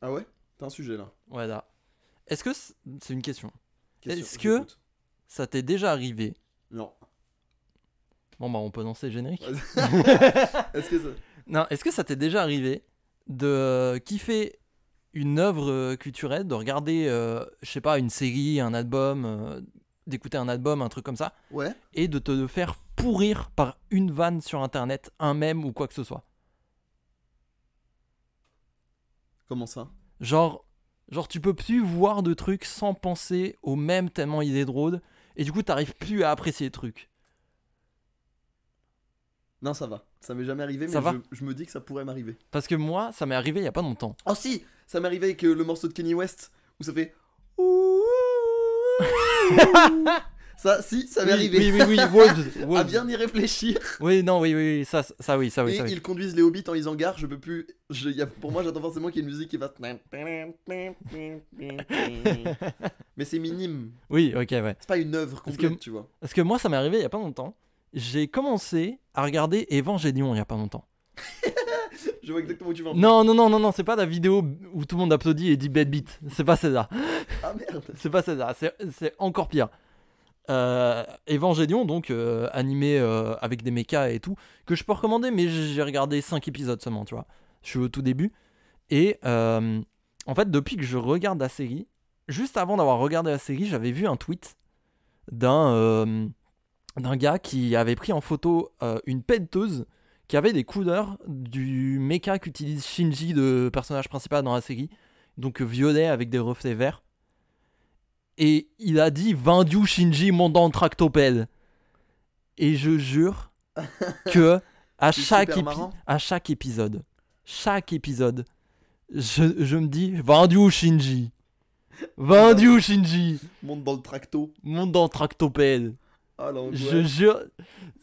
Ah ouais T'as un sujet là. Voilà. Est-ce que c- c'est une question Question, Est-ce que- j'écoute. Ça t'est déjà arrivé Non. Bon bah on peut lancer le générique. Est-ce que ça- non, est-ce que ça t'est déjà arrivé de euh, kiffer une œuvre euh, culturelle, de regarder, euh, je sais pas, une série, un album, euh, d'écouter un album, un truc comme ça, Ouais. et de te faire pourrir par une vanne sur internet, un mème ou quoi que ce soit Comment ça Genre, genre tu peux plus voir de trucs sans penser au même tellement il est drôle, et du coup t'arrives plus à apprécier le truc. Non, ça va. Ça m'est jamais arrivé, mais Ça va je, je me dis que ça pourrait m'arriver. Parce que moi, ça m'est arrivé il y a pas longtemps. Oh si Ça m'est arrivé avec euh, le morceau de Kenny West où ça fait. ça, si, ça m'est oui, arrivé. oui, oui, oui, Wolves, À Wolves. bien y réfléchir. Oui, non, oui, oui, oui, ça, ça oui, ça oui, et ça oui. ils conduisent les hobbits en ils en gare, je peux plus. je- y a- pour moi, j'attends forcément qu'il y ait une musique qui va. Mais c'est minime. Oui, ok, ouais. C'est pas une œuvre Parce complète, que- tu vois. Parce que moi, ça m'est arrivé il y a pas longtemps. J'ai commencé à regarder Evangelion il y a pas longtemps. Je vois exactement où tu vas. en- Non, non, non, non, non, c'est pas la vidéo où tout le monde applaudit et dit bad beat. C'est pas celle-là. Ah merde. C'est pas celle-là, c'est c'est encore pire. Euh, Evangelion, donc euh, animé euh, avec des mechas et tout, que je peux recommander, mais j'ai regardé 5 épisodes seulement, tu vois. Je suis au tout début. Et euh, en fait, depuis que je regarde la série, juste avant d'avoir regardé la série, j'avais vu un tweet d'un euh, d'un gars qui avait pris en photo euh, une penteuse qui avait des couleurs du mecha qu'utilise Shinji, le personnage principal dans la série, donc violet avec des reflets verts et il a dit Vendu Shinji montant tractopelle. Et je jure que à C'est chaque, super épi- marrant. à chaque épisode, chaque épisode, je, je me dis Vendu Shinji. Vendu Shinji Monte dans le tracto. montant tractopelle. Ah l'angoisse. Je jure,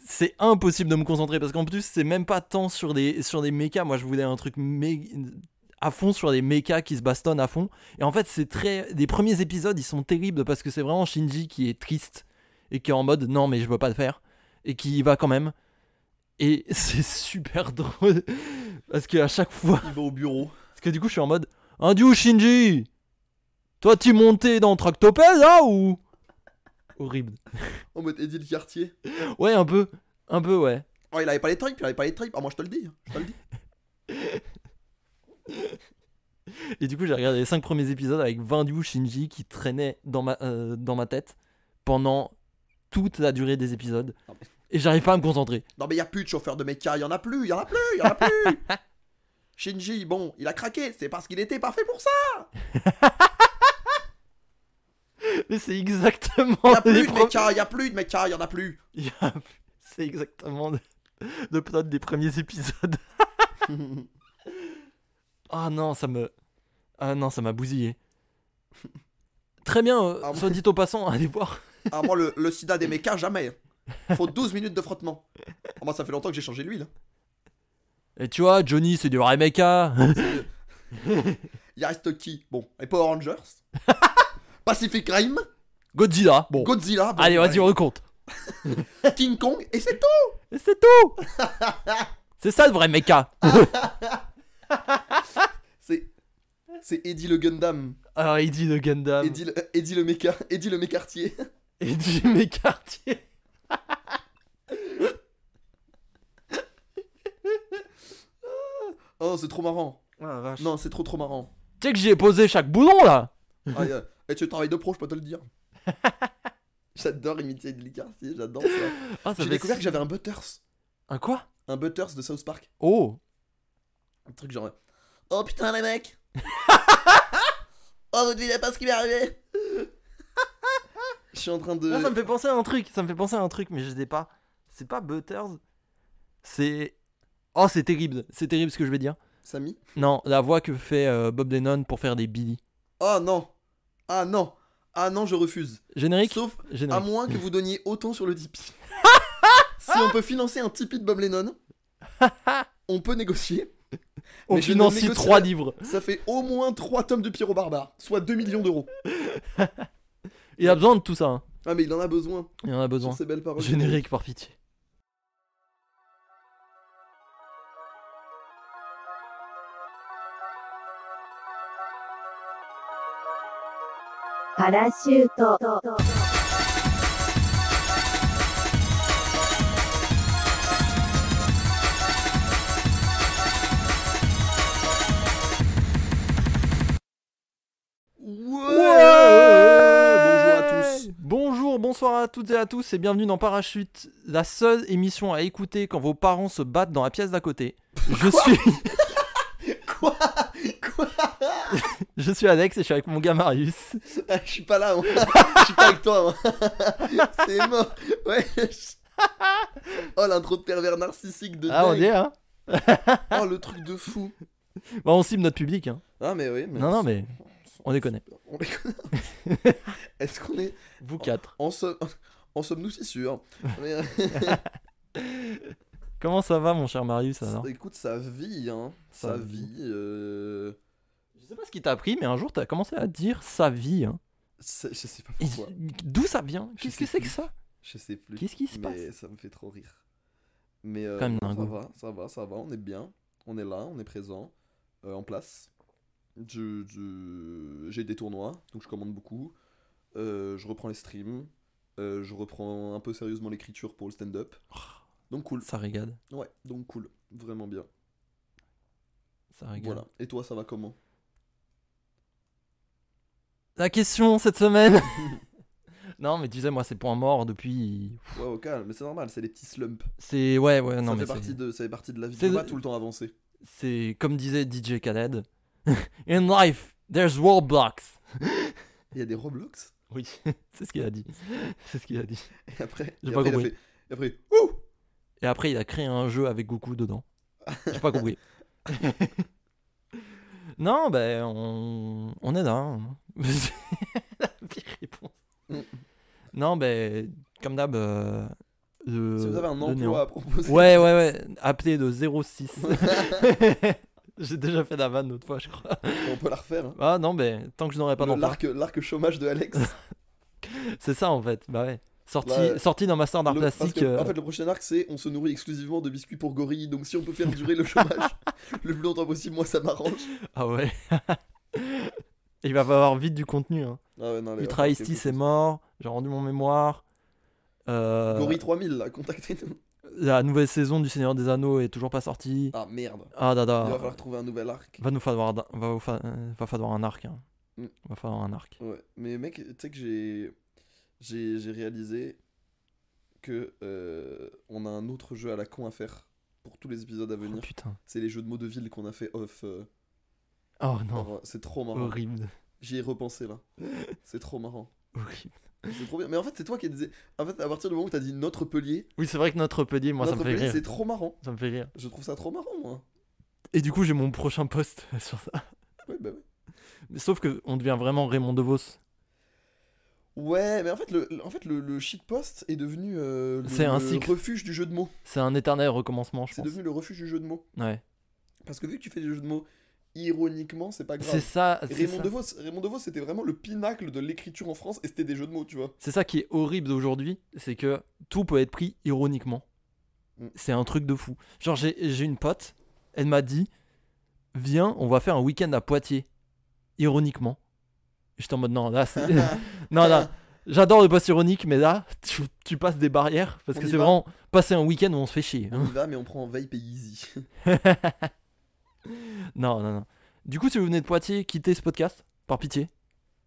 c'est impossible de me concentrer parce qu'en plus, c'est même pas tant sur des, sur des mechas. Moi, je voulais un truc mé- à fond sur des mechas qui se bastonnent à fond. Et en fait, c'est très. Les premiers épisodes, ils sont terribles parce que c'est vraiment Shinji qui est triste et qui est en mode non, mais je veux pas le faire et qui y va quand même. Et c'est super drôle parce que à chaque fois, Il va au bureau. parce que du coup, je suis en mode Indu Shinji Toi, t'es monté dans Tractopelle là ou Horrible. En mode Eddie le quartier. Ouais, un peu. Un peu, ouais. Oh, il avait pas les tripes, il avait pas les tripes. Ah, moi je te le dis. Je te le dis. Et du coup, j'ai regardé les 5 premiers épisodes avec Vendu Shinji qui traînait dans ma, euh, dans ma tête pendant toute la durée des épisodes. Ah mais- Et j'arrive pas à me concentrer. Non, mais y a plus de chauffeur de mecha, y en a plus, y en a plus, y en a plus. Shinji, bon, il a craqué, c'est parce qu'il était parfait pour ça. Mais c'est Y exactement. a plus les de Oh, pro- mecha, y a plus de mecha, y en a plus. Il y a- C'est exactement le, le plot des premiers épisodes. Ah non, ça me. Ah non, ça m'a bousillé. Très bien, euh, Ah, soit dit au passant, allez voir. Ah, moi, le, le sida des mechas, jamais. hein. Faut 12 minutes de frottement. Ah, moi, ça fait longtemps que j'ai changé l'huile. hein. Et tu vois, Johnny, c'est du vrai hein. mecha. Il reste qui Bon, les Power Rangers. Pacific Rim, Godzilla, bon. Godzilla, bon, Oh. allez, vas-y, ouais. recompte. King Kong, et c'est tout. Et c'est tout C'est ça le vrai hein. mecha C'est. C'est Eddie le Gundam, Alors, Eddie de Gundam. Eddie le, Eddie le mecha, Eddie le mécartier. Et Jimmy Cartier. Oh, c'est trop marrant. Ah, Non, c'est trop trop marrant. Tu sais que j'y ai posé chaque boulon là Ah, et, euh, et tu travailles de pro, je peux te le dire. j'adore imiter Eddie Cartier, j'adore ça. Ah, J'ai découvert que j'avais un Butters. Un quoi Un Butters de South Park. Oh Un truc genre. Oh putain, les mecs Oh, vous ne devinez pas ce qui m'est arrivé Je suis en train de. Là, Ah, ça me fait penser à un truc, ça me fait penser à un truc, mais je sais pas. C'est pas Butters C'est. Oh, c'est terrible, c'est terrible ce que je vais dire. Samy Non, la voix que fait euh, Bob Lennon pour faire des Billy. Oh non Ah non Ah non, je refuse. Générique Sauf à Générique. moins que vous donniez autant sur le Tipeee. si on peut financer un Tipeee de Bob Lennon, on peut négocier. On mais je ne financie négocierai- 3 livres. Ça fait au moins 3 tomes de Pyro Barbare, soit 2 millions d'euros. Il a besoin de tout ça, hein. Ah mais il en a besoin il en a besoin. sur ces belles paroles. Générique par pitié. Thank パラシュート。 Bonjour à tous. Bonjour, bonsoir à toutes et à tous et bienvenue dans Parachute, la seule émission à écouter quand vos parents se battent dans la pièce d'à côté. Je suis, Quoi Quoi je suis Alex et je suis avec mon gars Marius. Ah, Je suis pas là, moi. Je suis pas avec toi, moi. C'est mort. Ouais. je- Oh, l'intro de pervers narcissique de Ah, on y dingue. est, hein Oh, le truc de fou. Bon, on cible notre public, hein. Ah, mais oui. Mais... Non, non, mais on les connaît. On les connaît. Est-ce qu'on est. Vous quatre. En, somme- en sommes-nous si sûrs Mais, Ah, euh, Comment ça va, mon cher Marius, alors Écoute, ça vit, hein. Ça Ça vit. euh, Je sais pas ce qui t'a appris, mais un jour, t'as commencé à dire sa vie, hein. c'est- Je sais pas Et pourquoi. D'où ça vient Je Qu'est-ce sais que c'est que plus. ça Je sais plus. Qu'est-ce qui se mais passe ça me fait trop rire. Mais euh, Quand même non, ça dingo. va, ça va, ça va, on est bien, on est là, on est présent, euh, en place. Je- je- J'ai des tournois, donc je commande beaucoup. Euh, je reprends les streams. Euh, je reprends un peu sérieusement l'écriture pour le stand-up. Donc cool. Ça régale, Ouais, donc cool. Vraiment bien. ça régale. Voilà. Et toi, ça va comment La question cette semaine Non, mais tu sais, moi, c'est point mort depuis. Ouais, au calme, mais c'est normal, c'est les petits slumps. C'est. Ouais, ouais, ça, non, mais fait c'est- partie de, ça fait partie de la vie. c'est On va de- tout le temps avancer. c'est comme disait DJ Khaled In life, there's roadblocks Il y a des Roblox. Oui, c'est ce qu'il a dit. C'est ce qu'il a dit. Et après, J'ai et pas après, il a compris. fait- et après, ouh Et après, il a créé un jeu avec Goku dedans. J'ai pas compris. non, ben, on, on est là. hein. La pire réponse. Mm. Non, ben, comme d'hab. euh, le- Si vous avez un le emploi néant. à proposer. Ouais, ouais, ouais. Appelé de 06. J'ai déjà fait la vanne l'autre fois, je crois. on peut la refaire. hein. Ah non, mais tant que je n'aurai pas Le- d'emploi. L'arc, l'arc chômage de Alex. C'est ça en fait. Bah ouais. Sorti, Ouais. sorti dans Master d'art Le- parce plastique. que, euh, En fait, le prochain arc, c'est on se nourrit exclusivement de biscuits pour gorilles. Donc, si on peut faire durer le chômage le plus longtemps possible, moi ça m'arrange. Ah ouais. Il va falloir vite du contenu. Hein. Ah ouais, non, allez, Ultra ok, Ice-T, ok. c'est mort. J'ai rendu mon mémoire. Euh, Gorille 3000, là, contactez-nous. la nouvelle saison du Seigneur des Anneaux est toujours pas sortie. Ah merde, Ah, il va dada. falloir trouver un nouvel arc. Va nous falloir, d'un- va, vous fa- euh, va falloir un arc. Hein. Mm. Va falloir un arc. Ouais, mais mec, tu sais que j'ai, j'ai, j'ai réalisé que euh, on a un autre jeu à la con à faire pour tous les épisodes à Oh, venir. putain. C'est les jeux de mots de ville qu'on a fait off. euh, Oh non. alors, c'est trop marrant. Horrible. J'y ai repensé là. C'est trop marrant. Horrible. C'est trop bien. Mais en fait, c'est toi qui disais. En fait, à partir du moment où t'as dit notre pelier, Oui, c'est vrai que notre pedier, moi, ça me notre fait pelier, rire. c'est trop marrant. Ça me fait rire. Je trouve ça trop marrant, moi. Et du coup, j'ai mon prochain post sur ça. Ouais, bah ouais. Sauf que on devient vraiment Raymond DeVos. Ouais, mais en fait, le, le- en fait, le, le shitpost est devenu euh, le, C'est un le cycle. refuge du jeu de mots. C'est un éternel recommencement, je C'est pense. devenu le refuge du jeu de mots. Ouais. Parce que vu que tu fais des jeux de mots ironiquement, c'est pas C'est grave. ça. C'est Raymond ça. DeVos, Raymond DeVos, c'était vraiment le pinacle de l'écriture en France et c'était des jeux de mots, tu vois. C'est ça qui est horrible aujourd'hui, c'est que tout peut être pris ironiquement. Mm. C'est un truc de fou. Genre, j'ai j'ai une pote, elle m'a dit Viens, on va faire un week-end à Poitiers. Ironiquement. J'étais en mode Non, là, c'est. non, là, j'adore le post ironique, mais là, tu, tu passes des barrières parce On que y c'est va. vraiment passer un week-end où on se fait chier. hein. On y va, mais on prend Vape et Easy. non, non, non. Du coup, si vous venez de Poitiers, quittez ce podcast, par pitié.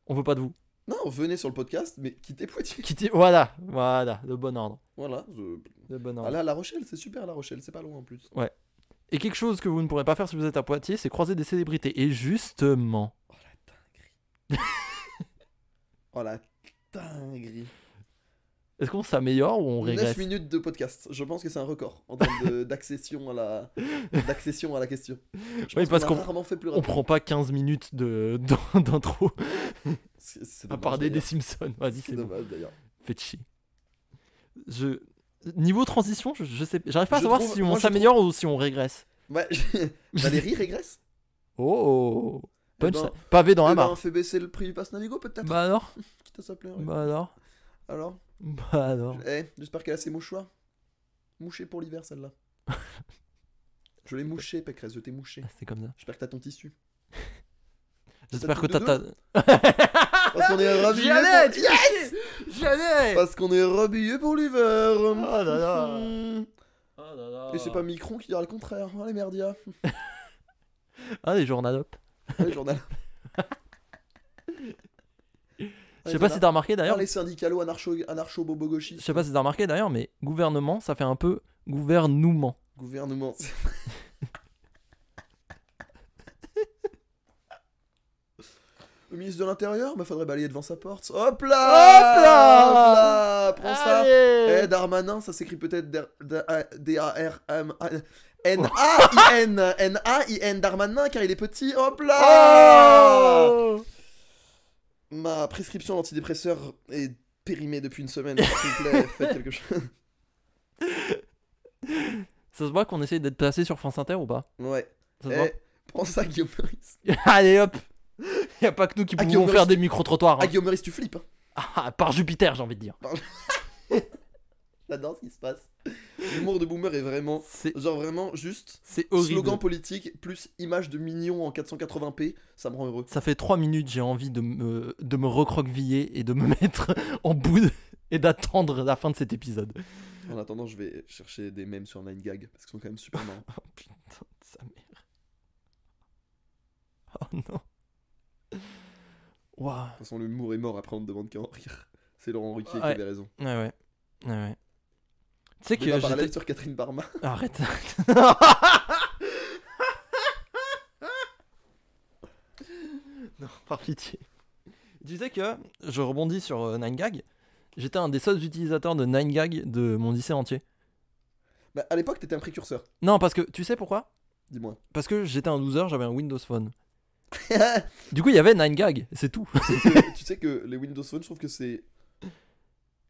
On veut pas de vous. non, venez sur le podcast, mais quittez Poitiers. Quittez. Voilà, voilà, le bon ordre. Voilà. je- Le bon ordre. Allez à Ah La Rochelle, c'est super La Rochelle, c'est pas loin en plus. Et quelque chose que vous ne pourrez pas faire si vous êtes à Poitiers, c'est croiser des célébrités. Et justement, Oh la dinguerie. oh la dinguerie. est-ce qu'on s'améliore ou on 9 régresse minutes de podcast. Je pense que c'est un record en termes de- d'accession à la d'accession à la question. Je Oui, pense parce qu'on qu'on- a rarement fait plus On rapide. prend pas 15 minutes de d'en- d'intro C'est- c'est à dommage, parler des d'ailleurs. Simpsons. Vas-y, c'est C'est bon. dommage d'ailleurs. Faites chier. Je... Niveau transition, je, je sais, j'arrive pas à Je savoir trouve- si moi, on je s'améliore ou si on régresse. Ouais, Valérie régresse. Oh, punch Eh ben- ça. pavé dans On la a mare. fait baisser le prix du pass Navigo peut-être. Bah alors, Quitte à s'appeler. ouais. bah alors, Alors, bah alors. je- eh, j'espère qu'elle a ses mouchoirs. Mouchée pour l'hiver celle-là. je l'ai mouchée Pécresse, je t'ai mouchée. Ah, C'est comme ça. J'espère que t'as ton tissu. J'espère que Statut t'as. de t'as- Parce qu'on est J'y rhabillé allais, pour... tu sais, J'y allais Parce qu'on est rhabillé pour l'hiver Oh là là. Mhm. Et c'est pas Micron qui dira le contraire, oh les merdias Ah, les journalopes. Allez, journal Je sais pas si t'as remarqué d'ailleurs. les syndicalo anarcho, anarcho bobo Je sais pas si t'as remarqué d'ailleurs, mais gouvernement, ça fait un peu gouvernement. Gouvernement. Le ministre de l'Intérieur Bah faudrait balayer devant sa porte. Hop là Hop là Hop là Prends ça Eh Euh, Darmanin, ça s'écrit peut-être der- da- a- D-A-R-M. A- N-A-I-N N-A-I-N Darmanin car il est petit. Hop Ah là Oh Ma prescription d'antidépresseur est périmée depuis une semaine. S'il vous plaît, faites quelque chose. ça se voit qu'on essaye d'être placé sur France Inter ou pas Ouais. Ça se Eh, prends ça, Guillaume Meurice. voit Allez hop Y a pas que nous qui Ah, pouvons Guillaume faire Meurice. des micro-trottoirs. Ah, hein. Guillaume Meurice, tu flippes. hein. Ah, par Jupiter, j'ai envie de dire. J'adore ce qui se passe. L'humour de Boomer est vraiment. C'est Genre, vraiment, juste. c'est horrible. Slogan politique plus image de mignon en 480p, ça me rend heureux. Ça fait 3 minutes, j'ai envie de me, de me recroqueviller et de me mettre en boule et d'attendre la fin de cet épisode. En attendant, je vais chercher des mèmes sur 9gag parce qu'ils sont quand même super marrants. Oh putain de sa mère. Oh non. Waouh. De toute façon, l'humour est mort, après on ne demande qu'à en rire. C'est Laurent Ruquier Ouais. qui avait raison. Ouais, ouais. Ouais, ouais. Tu sais Je vais que pas parler j'étais. sur Catherine Barma. Arrête. non, par pitié. Tu disais que je rebondis sur euh, 9gag. J'étais un des seuls utilisateurs de 9gag de mon lycée entier. Bah, à l'époque, t'étais un précurseur, Non, parce que tu sais pourquoi dis-moi. Parce que j'étais un loser, j'avais un Windows Phone. Du coup, il y avait 9gag, c'est tout. tu sais que les Windows Phone, je trouve que c'est.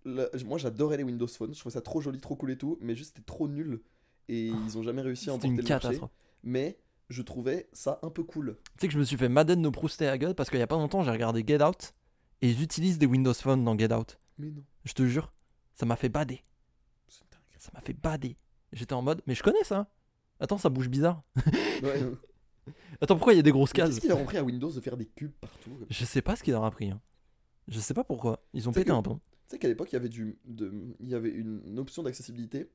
La- Moi, j'adorais les Windows Phone, je trouvais ça trop joli, trop cool et tout, mais juste c'était trop nul. Et ils ont jamais réussi à Ah, emporter C'était une le marché. catastrophe. Mais je trouvais ça un peu cool. Tu sais que je me suis fait Madden de Prousté à gueule parce qu'il y a pas longtemps, j'ai regardé Get Out et ils utilisent des Windows Phone dans Get Out. Mais non, Je te jure, ça m'a fait bader. c'est dingue. Ça m'a fait bader. J'étais en mode, mais je connais ça. Attends, ça bouge bizarre. Ouais. Mais Attends, pourquoi il y a des grosses Qu'est-ce cases qu'il leur a pris à Windows de faire des cubes partout comme ça Je sais pas ce qu'il leur a pris. hein. Je sais pas pourquoi. Ils ont C'est pété que- un pont. Tu sais qu'à l'époque, il y avait du, de, il y avait une option d'accessibilité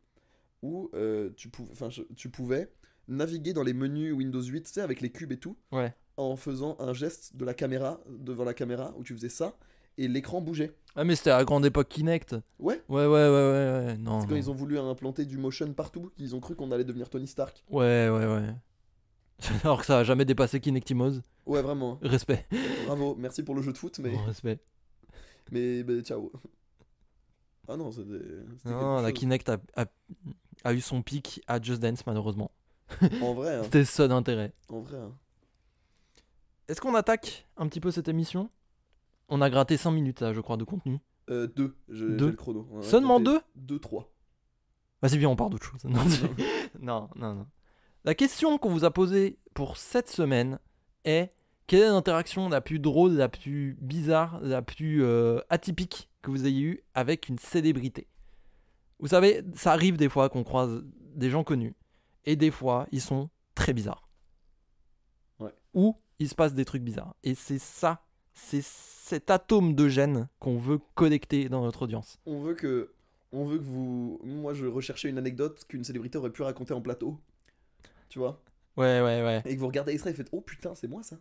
où euh, tu pouvais, enfin, je- tu pouvais naviguer dans les menus Windows 8, tu sais, avec les cubes et tout, Ouais. en faisant un geste de la caméra devant la caméra où tu faisais ça et l'écran bougeait. Ah, mais c'était à la grande époque Kinect. Ouais. Ouais, ouais, ouais, ouais, ouais. Non. C'est quand Oh non. ils ont voulu implanter du motion partout, qu'ils ont cru qu'on allait devenir Tony Stark. Ouais, ouais, ouais. Alors que ça a jamais dépassé Kinectimose. Ouais, vraiment. hein. Respect. Bravo, merci pour le jeu de foot, mais Bon, respect. mais, mais ciao. Ah non, c'était. c'était Non, quelque la chose. Kinect a, a- a eu son pic à Just Dance, malheureusement. En vrai, hein, C'était ça d'intérêt. en vrai. hein. Est-ce qu'on attaque un petit peu cette émission On a gratté 5 minutes, là, je crois, de contenu. Euh, deux, je- j'ai Deux. le chrono. On a Seulement compté 2 Deux, trois. Vas-y, viens, Bah, on part d'autre chose. Non, c'est- non, non, non. La question qu'on vous a posée pour cette semaine est quelle est l'interaction la plus drôle, la plus bizarre, la plus euh, atypique que vous ayez eue avec une célébrité Vous savez, ça arrive des fois qu'on croise des gens connus et des fois ils sont très bizarres. Ouais. Ou il se passe des trucs bizarres. Et c'est ça, c'est cet atome de gêne qu'on veut collecter dans notre audience. On veut que. On veut que vous. Moi, je recherchais une anecdote qu'une célébrité aurait pu raconter en plateau. Tu vois Ouais, ouais, ouais. Et que vous regardez l'extrait et faites Oh putain, c'est moi ça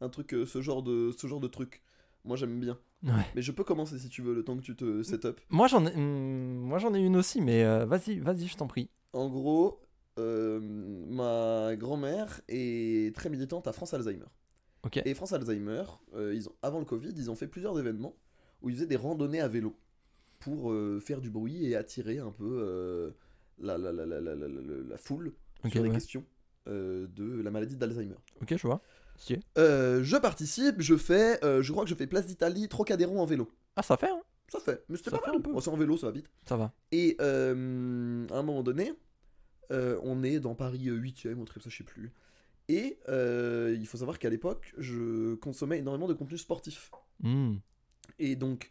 Un truc, euh, ce genre de, ce genre de truc. Moi, j'aime bien. Ouais. Mais je peux commencer si tu veux, le temps que tu te set up. Moi j'en ai, hmm, moi j'en ai une aussi, mais euh, vas-y, vas-y, je t'en prie. En gros, euh, ma grand-mère est très militante à France Alzheimer. Ok. Et France Alzheimer, euh, ils ont, avant le Covid, ils ont fait plusieurs événements où ils faisaient des randonnées à vélo pour euh, faire du bruit et attirer un peu euh, la, la, la, la, la, la, la- la foule Ok, sur les ouais. questions euh, de la maladie d'Alzheimer. Ok, je vois. Euh, je participe, je fais, euh, je crois que je fais Place d'Italie, Trocadéro en vélo. Ah, ça fait, hein Ça fait, mais c'était Ça pas fait mal. un peu. Bon, c'est en vélo, ça va vite. Ça va. Et euh, à un moment donné, euh, on est dans Paris euh, 8e, ou un truc comme ça, je sais plus. Et euh, il faut savoir qu'à l'époque, je consommais énormément de contenu sportif. Hmm. Et donc,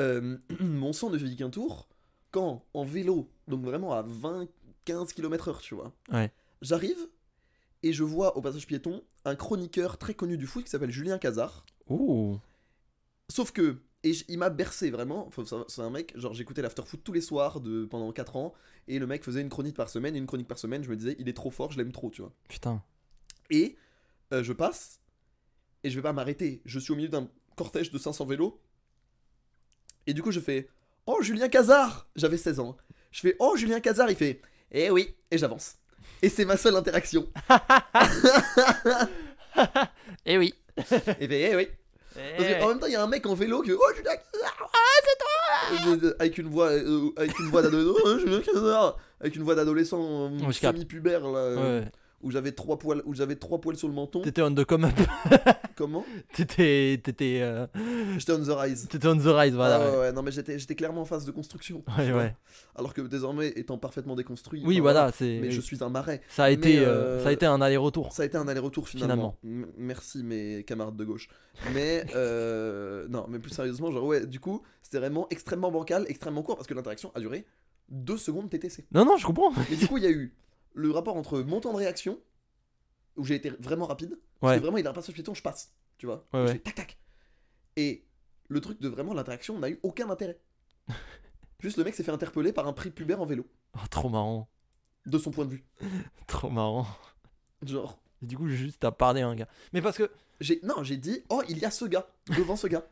euh, mon sang ne fait qu'un tour quand, en vélo, donc vraiment à 20-15 km/h, tu vois, Ouais. j'arrive Et je vois au passage piéton un chroniqueur très connu du foot qui s'appelle Julien Cazard. Ouh. Sauf que, et j- il m'a bercé vraiment. Faut savoir- C'est un mec, genre j'écoutais l'afterfoot tous les soirs de, pendant 4 ans. Et le mec faisait une chronique par semaine. Et une chronique par semaine, je me disais, il est trop fort, je l'aime trop, tu vois. Putain. Et euh, je passe, et je vais pas m'arrêter. Je suis au milieu d'un cortège de 500 vélos. Et du coup, je fais Oh, Julien Cazard J'avais 16 ans. Je fais Oh, Julien Cazard Il fait Eh oui Et j'avance. Et c'est ma seule interaction. Eh oui. Et il fait Eh oui Parce que oh, en même temps, il y a un mec en vélo qui fait, Oh, Julien Cazard Ah, c'est toi Avec une voix, euh, avec une voix d'adolescent. Oh, Julien Cazard Avec une voix d'adolescent euh, Ouais, je capte. semi-pubère, là, euh, Ouais. où j'avais trois poils, où j'avais trois poils sur le menton. T'étais on the come up. Comment T'étais, t'étais, euh, J'étais on the rise. t'étais on the rise, voilà. Ah ouais. ouais, ouais, non mais j'étais j'étais clairement en phase de construction. Ouais, ouais. Alors que désormais, étant parfaitement déconstruit. Oui, enfin, voilà, c'est. Mais je suis un marais. Ça a été, mais, euh, euh, ça a été un aller-retour. Ça a été un aller-retour finalement. M- merci mes camarades de gauche. Mais euh, non, mais plus sérieusement, genre ouais, du coup, c'était vraiment extrêmement bancal, extrêmement court parce que l'interaction a duré 2 secondes TTC. Non, non, je comprends. Mais du coup, il y a eu le rapport entre mon temps de réaction où j'ai été vraiment rapide. Parce Ouais. que vraiment, il a un passage piéton, je passe. Tu vois Ouais, Je ouais. fais tac tac. Et le truc de vraiment l'interaction n'a eu aucun intérêt. Juste le mec s'est fait interpeller par un prix pubère en vélo, Oh, trop marrant, de son point de vue. trop marrant. Genre, Et du coup, juste t'as parlé à un gars. Mais parce que j'ai non, j'ai dit oh il y a ce gars devant ce gars.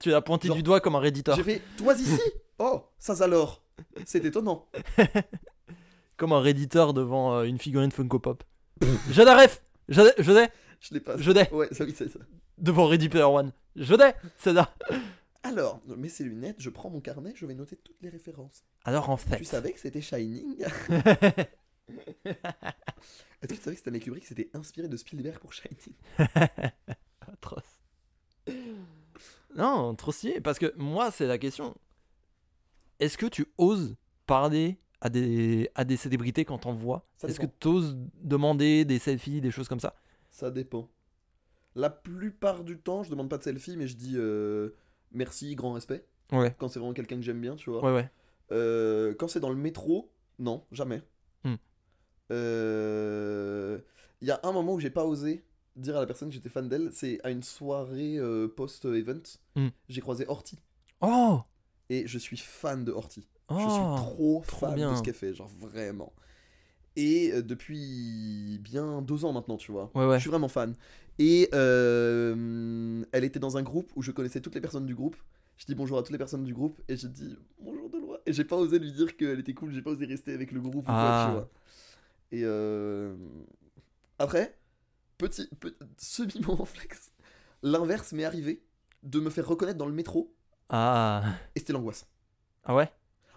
tu l'as pointé Genre, du doigt comme un redditor, J'ai fait toi ici. Oh ça alors. C'est étonnant. comme un redditor devant euh, une figurine Funko Pop. je la ref, je l'ai- je l'ai, Je l'ai pas. je l'ai, Ouais ça oui c'est ça. devant Ready Player One. Je l'ai, c'est là. Alors mais ces lunettes, je prends mon carnet, je vais noter toutes les références. Alors en fait, Tu savais que c'était Shining. Est-ce que tu savais que Stanley Kubrick s'était inspiré de Spielberg pour Shining? atroce. Non, trop stylé. Parce que moi, c'est la question. Est-ce que tu oses parler à des, à des célébrités quand t'en vois Ça Est-ce que dépend. tu oses demander des selfies, des choses comme ça Ça dépend. La plupart du temps, je demande pas de selfie, mais je dis euh, merci, grand respect. Ouais. Quand c'est vraiment quelqu'un que j'aime bien, tu vois. Ouais, ouais. Euh, quand c'est dans le métro, non, jamais. Hmm. Euh, Il y a un moment où j'ai pas osé dire à la personne que j'étais fan d'elle, c'est à une soirée euh, post-event. Hmm. J'ai croisé Horty. Oh, Et je suis fan de Horty. oh Je suis trop, trop fan bien. de ce qu'elle fait, genre vraiment. Et euh, depuis bien deux ans maintenant, tu vois. Ouais, ouais. Je suis vraiment fan. Et euh, elle était dans un groupe où je connaissais toutes les personnes du groupe. Je dis bonjour à toutes les personnes du groupe et j'ai dit bonjour Dolores. Et j'ai pas osé lui dire qu'elle était cool, j'ai pas osé rester avec le groupe ou quoi, Ah. tu vois. Et euh, après, petit, pe- semi-moment flex, l'inverse m'est arrivé de me faire reconnaître dans le métro Ah. et c'était l'angoisse. ah ouais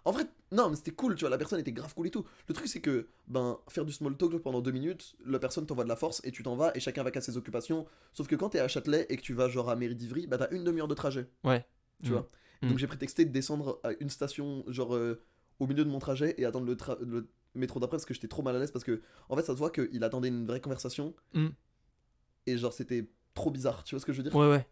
En vrai, non, mais c'était cool, tu vois, la personne était grave cool et tout. Le truc, c'est que, ben, faire du small talk pendant deux minutes, la personne t'envoie de la force et tu t'en vas et chacun va qu'à ses occupations. Sauf que quand t'es à Châtelet et que tu vas genre à Mairie d'Ivry, bah t'as une demi-heure de trajet. Ouais. Tu Mm. vois. Mm. Donc j'ai prétexté de descendre à une station, genre euh, au milieu de mon trajet et attendre le, tra- le métro d'après parce que j'étais trop mal à l'aise parce que, en fait, ça se voit qu'il attendait une vraie conversation Mm. et genre c'était trop bizarre, tu vois ce que je veux dire Ouais, ouais.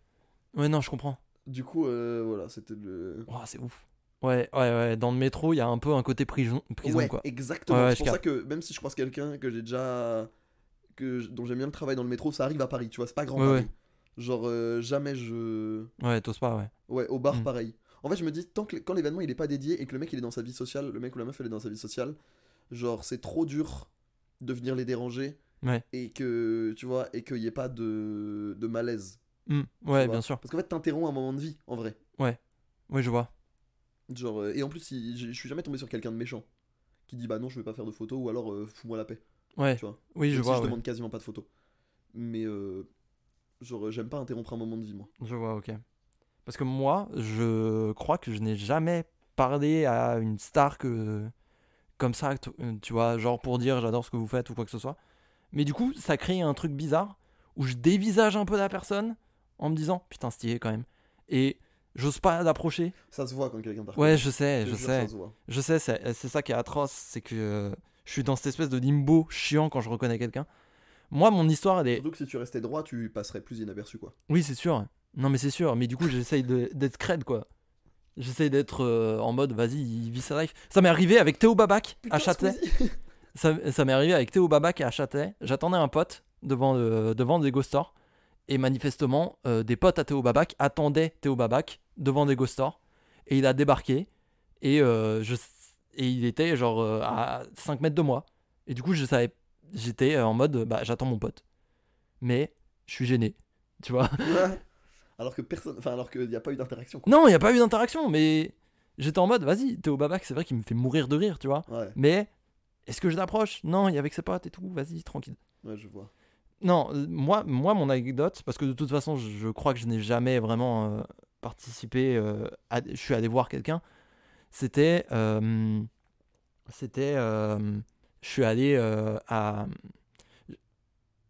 Ouais, non, je comprends. Du coup, euh, voilà, c'était le. Oh, c'est ouf. Ouais, ouais, ouais. Dans le métro, il y a un peu un côté prison, prison ouais, quoi. Exactement. Ouais, ouais, c'est je pour ça que même si je croise quelqu'un que j'ai déjà que je- dont j'aime bien le travail dans le métro, ça arrive à Paris, tu vois, c'est pas grand Ouais, Paris. Genre euh, jamais je Ouais, t'oses pas, ouais. ouais, au bar Mm. pareil. En fait, je me dis tant que quand l'événement il est pas dédié et que le mec il est dans sa vie sociale, le mec ou la meuf elle est dans sa vie sociale, genre c'est trop dur de venir les déranger. Ouais. Et que tu vois et qu'il y ait pas de, de malaise. Mm. tu Ouais, vois. bien sûr. Parce qu'en fait, t'interromps un moment de vie en vrai. Ouais, je vois. Genre euh, et en plus, il- je je suis jamais tombé sur quelqu'un de méchant qui dit bah non, je vais pas faire de photo ou alors euh, fous-moi la paix. Ouais. Tu vois. Oui, je Même si vois. je ouais. demande quasiment pas de photos. Mais euh, genre, euh, j'aime pas interrompre un moment de vie, moi. Je vois, ok. Parce que moi, je crois que je n'ai jamais parlé à une star que comme ça, tu tu vois, genre pour dire j'adore ce que vous faites ou quoi que ce soit. Mais du coup, ça crée un truc bizarre où je dévisage un peu la personne en me disant putain stylé quand même. Et j'ose pas l'approcher. Ça se voit quand quelqu'un parle. Ouais, je sais, Je je te jure, ça sais, se voit. je sais. C'est c'est ça qui est atroce, c'est que euh, je suis dans cette espèce de limbo chiant quand je reconnais quelqu'un. Moi, mon histoire, elle est Surtout que si tu restais droit, tu passerais plus inaperçu, quoi. Oui, c'est sûr. Non, mais c'est sûr. Mais du coup, j'essaye de- d'être crête, quoi. J'essaye d'être euh, en mode, vas-y, il vit sa life. Ça m'est arrivé avec Théo Babac à Châtelet. Squeezie. ça, ça m'est arrivé avec Théo Babac à Châtelet. J'attendais un pote devant, le- devant des ghost stores. Et manifestement, euh, des potes à Théo Babac attendaient Théo Babac devant des ghost stores. Et il a débarqué. Et, euh, je, et il était genre euh, à 5 mètres de moi. Et du coup, je savais. J'étais euh, en mode, bah, j'attends mon pote. Mais je suis gêné. Tu vois alors que personne. Enfin, alors qu'il n'y a pas eu d'interaction. quoi. Non, il n'y a pas eu d'interaction, mais j'étais en mode, vas-y, Théo Babac, c'est vrai qu'il me fait mourir de rire, tu vois. Ouais, Mais est-ce que je l'approche Non, il est avec ses potes et tout, vas-y, tranquille. ouais, je vois. Non, euh, moi, moi, mon anecdote, parce que de toute façon, je, je crois que je n'ai jamais vraiment euh, participé. euh, à- je suis allé voir quelqu'un. C'était. euh, C'était. euh, je suis allé euh, à.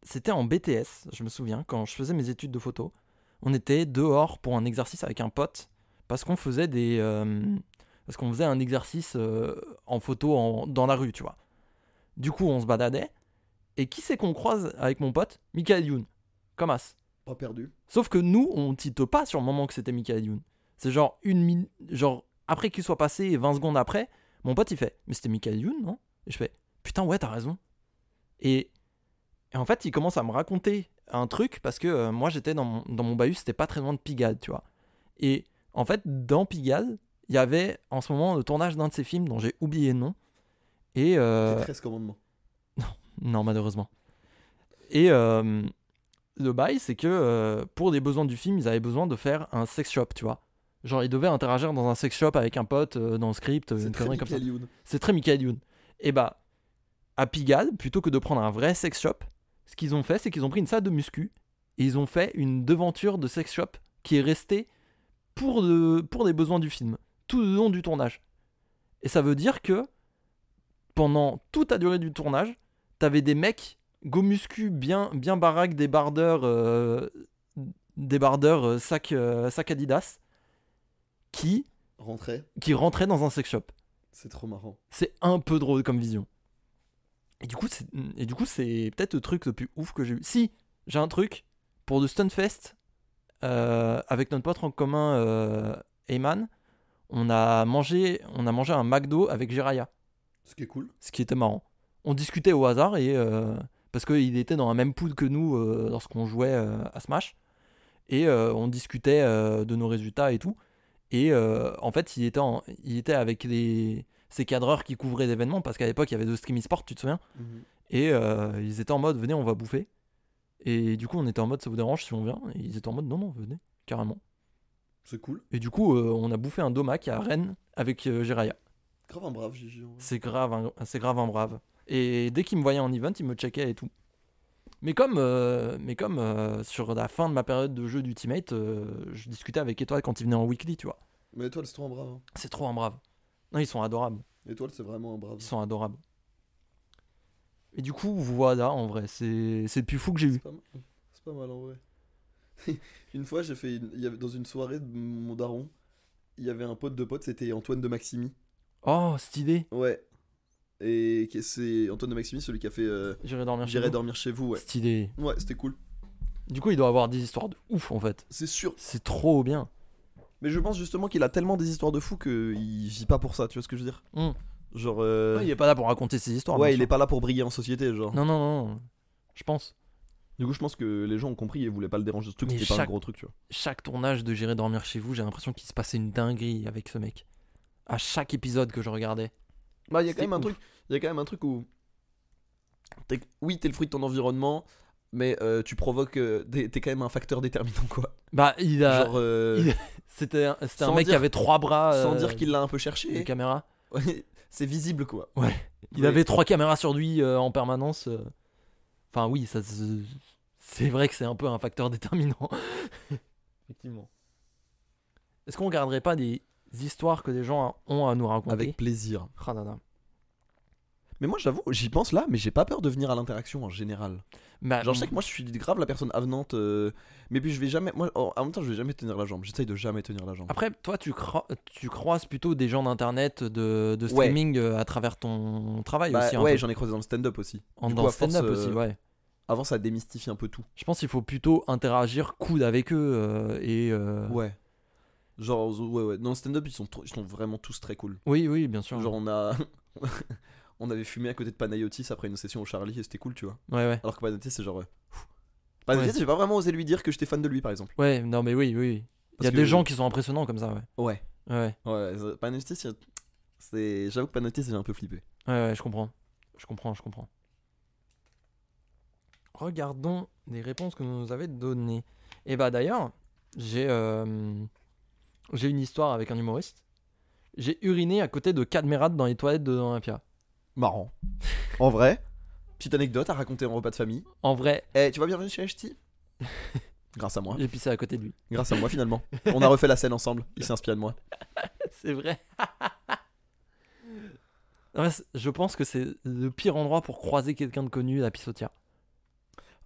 C'était en BTS, je me souviens, quand je faisais mes études de photo. On était dehors pour un exercice avec un pote, parce qu'on faisait des. euh, parce qu'on faisait un exercice euh, en photo en- dans la rue, tu vois. Du coup, on se baladait. Et qui c'est qu'on croise avec mon pote Michael Youn. Comme as. Pas perdu. Sauf que nous, on tilte pas sur le moment que c'était Michael Youn. C'est genre une minute. Genre, après qu'il soit passé, et 20 secondes après, mon pote il fait Mais c'était Michael Youn, non Et je fais Putain, ouais, t'as raison. Et, et en fait, il commence à me raconter un truc parce que euh, moi j'étais dans mon, dans mon bahut, c'était pas très loin de Pigade, tu vois. Et en fait, dans Pigade, il y avait en ce moment le tournage d'un de ses films dont j'ai oublié le nom. Et. euh, Les 13 commandements. non, malheureusement. Et euh, le bail, c'est que euh, pour les besoins du film, ils avaient besoin de faire un sex shop, tu vois. Genre, ils devaient interagir dans un sex shop avec un pote euh, dans le script, euh, C'est une très connerie comme ça. Michael Youn. C'est très Michael Youn. Et bah, à Pigade, plutôt que de prendre un vrai sex shop, ce qu'ils ont fait, c'est qu'ils ont pris une salle de muscu et ils ont fait une devanture de sex shop qui est restée pour, le- pour les besoins du film, tout le long du tournage. Et ça veut dire que pendant toute la durée du tournage, t'avais des mecs go muscu bien, bien baraque, débardeurs, euh, débardeurs euh, sac, euh, sac Adidas qui, Rentrer. qui rentraient dans un sex shop. C'est trop marrant. C'est un peu drôle comme vision. Et du coup, c'est, et du coup, c'est peut-être le truc le plus ouf que j'ai eu. Si, j'ai un truc pour le Stunfest euh, avec notre pote en commun, euh, Ayman. On a mangé, on a mangé un McDo avec Jiraya, Ce qui est cool. ce qui était marrant. On discutait au hasard et euh, parce qu'il était dans la même poule que nous euh, lorsqu'on jouait euh, à Smash et euh, on discutait euh, de nos résultats et tout. Et euh, en fait, il était, en- il était avec les, ses cadreurs qui couvraient l'événement parce qu'à l'époque, il y avait deux streaming sport, tu te souviens Mhm. Et euh, ils étaient en mode, venez, on va bouffer. Et du coup, on était en mode, ça vous dérange si on vient Et ils étaient en mode, non, non, venez, carrément. C'est cool. Et du coup, euh, on a bouffé un domac à Rennes avec euh, Jiraya. Grave un brave Gigi. en vrai. C'est grave, un- c'est grave un brave. Et dès qu'il me voyait en event, il me checkait et tout. Mais comme, euh, mais comme euh, sur la fin de ma période de jeu d'Ultimate, euh, je discutais avec Étoile quand il venait en weekly, tu vois. Mais Étoile, c'est trop un brave. hein. C'est trop un brave. Non, ils sont adorables. Étoile, c'est vraiment un brave. Ils sont adorables. Et du coup, voilà, en vrai, c'est c'est le plus fou que j'ai eu. C'est pas mal. C'est pas mal en vrai. une fois, j'ai fait une- il y avait- dans une soirée de mon daron, il y avait un pote de pote, c'était Antoine de Maximi. Oh, stylé. Ouais. Et qui- c'est Antoine de Maximi, celui qui a fait euh, J'irai dormir chez J'irai vous. dormir chez vous, ouais. Stylé. Ouais, c'était cool. Du coup, il doit avoir des histoires de ouf, en fait. C'est sûr. C'est trop bien. Mais je pense justement qu'il a tellement des histoires de fou qu'il vit pas pour ça, tu vois ce que je veux dire Hmm. Genre. euh, Ouais, il est pas là pour raconter ses histoires. ouais, bien il sûr. est pas là pour briller en société, genre. Non, non, non. Je pense. Du coup, je pense que les gens ont compris et voulaient pas le déranger, ce truc, Mais c'était pas un chaque- gros truc, tu vois. Chaque tournage de J'irai dormir chez vous, j'ai l'impression qu'il se passait une dinguerie avec ce mec. À chaque épisode que je regardais. Bah, il y a quand C'est même un ouf. truc. Il y a quand même un truc où. t'es- oui, t'es le fruit de ton environnement, mais euh, tu provoques. euh, t'es t'es quand même un facteur déterminant, quoi. Bah, il a. Genre. euh, il- C'était un, c'était un Sans mec qui dire- avait trois bras. sans euh, dire qu'il l'a un peu de cherché. caméra. Ouais, C'est visible, quoi. Ouais. Il Oui. avait trois caméras sur lui euh, en permanence. euh. Enfin oui, ça se- c'est vrai que c'est un peu un facteur déterminant. Effectivement. Est-ce qu'on garderait pas des histoires que des gens ont à nous raconter Avec plaisir. Ah, là, là. Mais moi, j'avoue, j'y pense là, mais j'ai pas peur de venir à l'interaction en général. Bah, Genre, je sais que moi, je suis grave la personne avenante, euh, mais puis je vais jamais. Moi, en en même temps, je vais jamais tenir la jambe. J'essaye de jamais tenir la jambe. Après, toi, tu, cro- tu croises plutôt des gens d'internet, de, de Ouais. streaming euh, à travers ton travail Bah, aussi. un ouais, peu. j'en ai croisé dans le stand-up aussi. en du dans coup, à stand-up force, aussi, euh, ouais. Avant, ça démystifie un peu tout. Je pense qu'il faut plutôt interagir coude avec eux euh, et. euh, Ouais. Genre, ouais, ouais. Dans le stand-up, ils sont, tr- ils sont vraiment tous très cool. Oui, oui, bien sûr. Genre, on a. on avait fumé à côté de Panayotis après une session au Charlie et c'était cool, tu vois. Ouais, ouais. Alors que Panayotis, c'est genre. euh, pfff. Panayotis, j'ai pas vraiment osé lui dire que j'étais fan de lui, par exemple. Ouais, non, mais oui, oui. Il y a Parce que- des gens qui sont impressionnants comme ça, ouais. Ouais. Ouais, Ouais, ça- Panayotis, il y a- c'est. J'avoue que Panayotis, j'ai un peu flippé. ouais, ouais, je comprends. Je comprends, je comprends. Regardons les réponses que vous nous avez données. Et bah d'ailleurs, j'ai euh, j'ai une histoire avec un humoriste. J'ai uriné à côté de Cadmerat dans les toilettes de l'Olympia. Marrant. en vrai, petite anecdote à raconter en repas de famille. En vrai, Eh, tu vas bienvenue chez HT Grâce à moi. j'ai pissé à côté de lui. Grâce à moi, finalement. On a refait la scène ensemble. Il s'est inspiré de moi. C'est vrai. Non, mais c'est- je pense que c'est le pire endroit pour croiser quelqu'un de connu, la pissotière.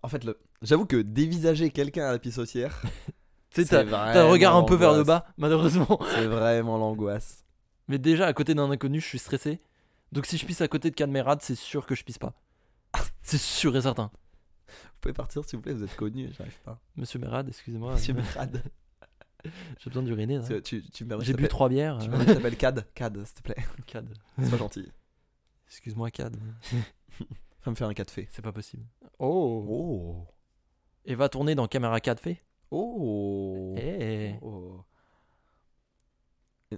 En fait, le... j'avoue que dévisager quelqu'un à la pissotière, Tu sais, c'est t'as- vraiment. t'as un regard un peu vers le l'angoisse. bas, malheureusement. C'est vraiment l'angoisse. Mais déjà, à côté d'un inconnu, je suis stressé. Donc si je pisse à côté de Cadmerade, c'est sûr que je pisse pas. C'est sûr et certain. Vous pouvez partir, s'il vous plaît, vous êtes connu, j'arrive pas. Monsieur Merad, excusez-moi, euh, Monsieur Merad. j'ai besoin d'uriner. là. Tu, tu, tu me permets, J'ai je bu t'appelle- trois bières. Tu euh, me permets, je t'appelle Cad. Cad, s'il te plaît. Cad. C'est pas gentil. Excuse-moi, Cad. Va me faire un cas de fée. C'est pas possible. Oh. Oh. Et va tourner dans Caméra 4 fait. Oh. Eh. Oh.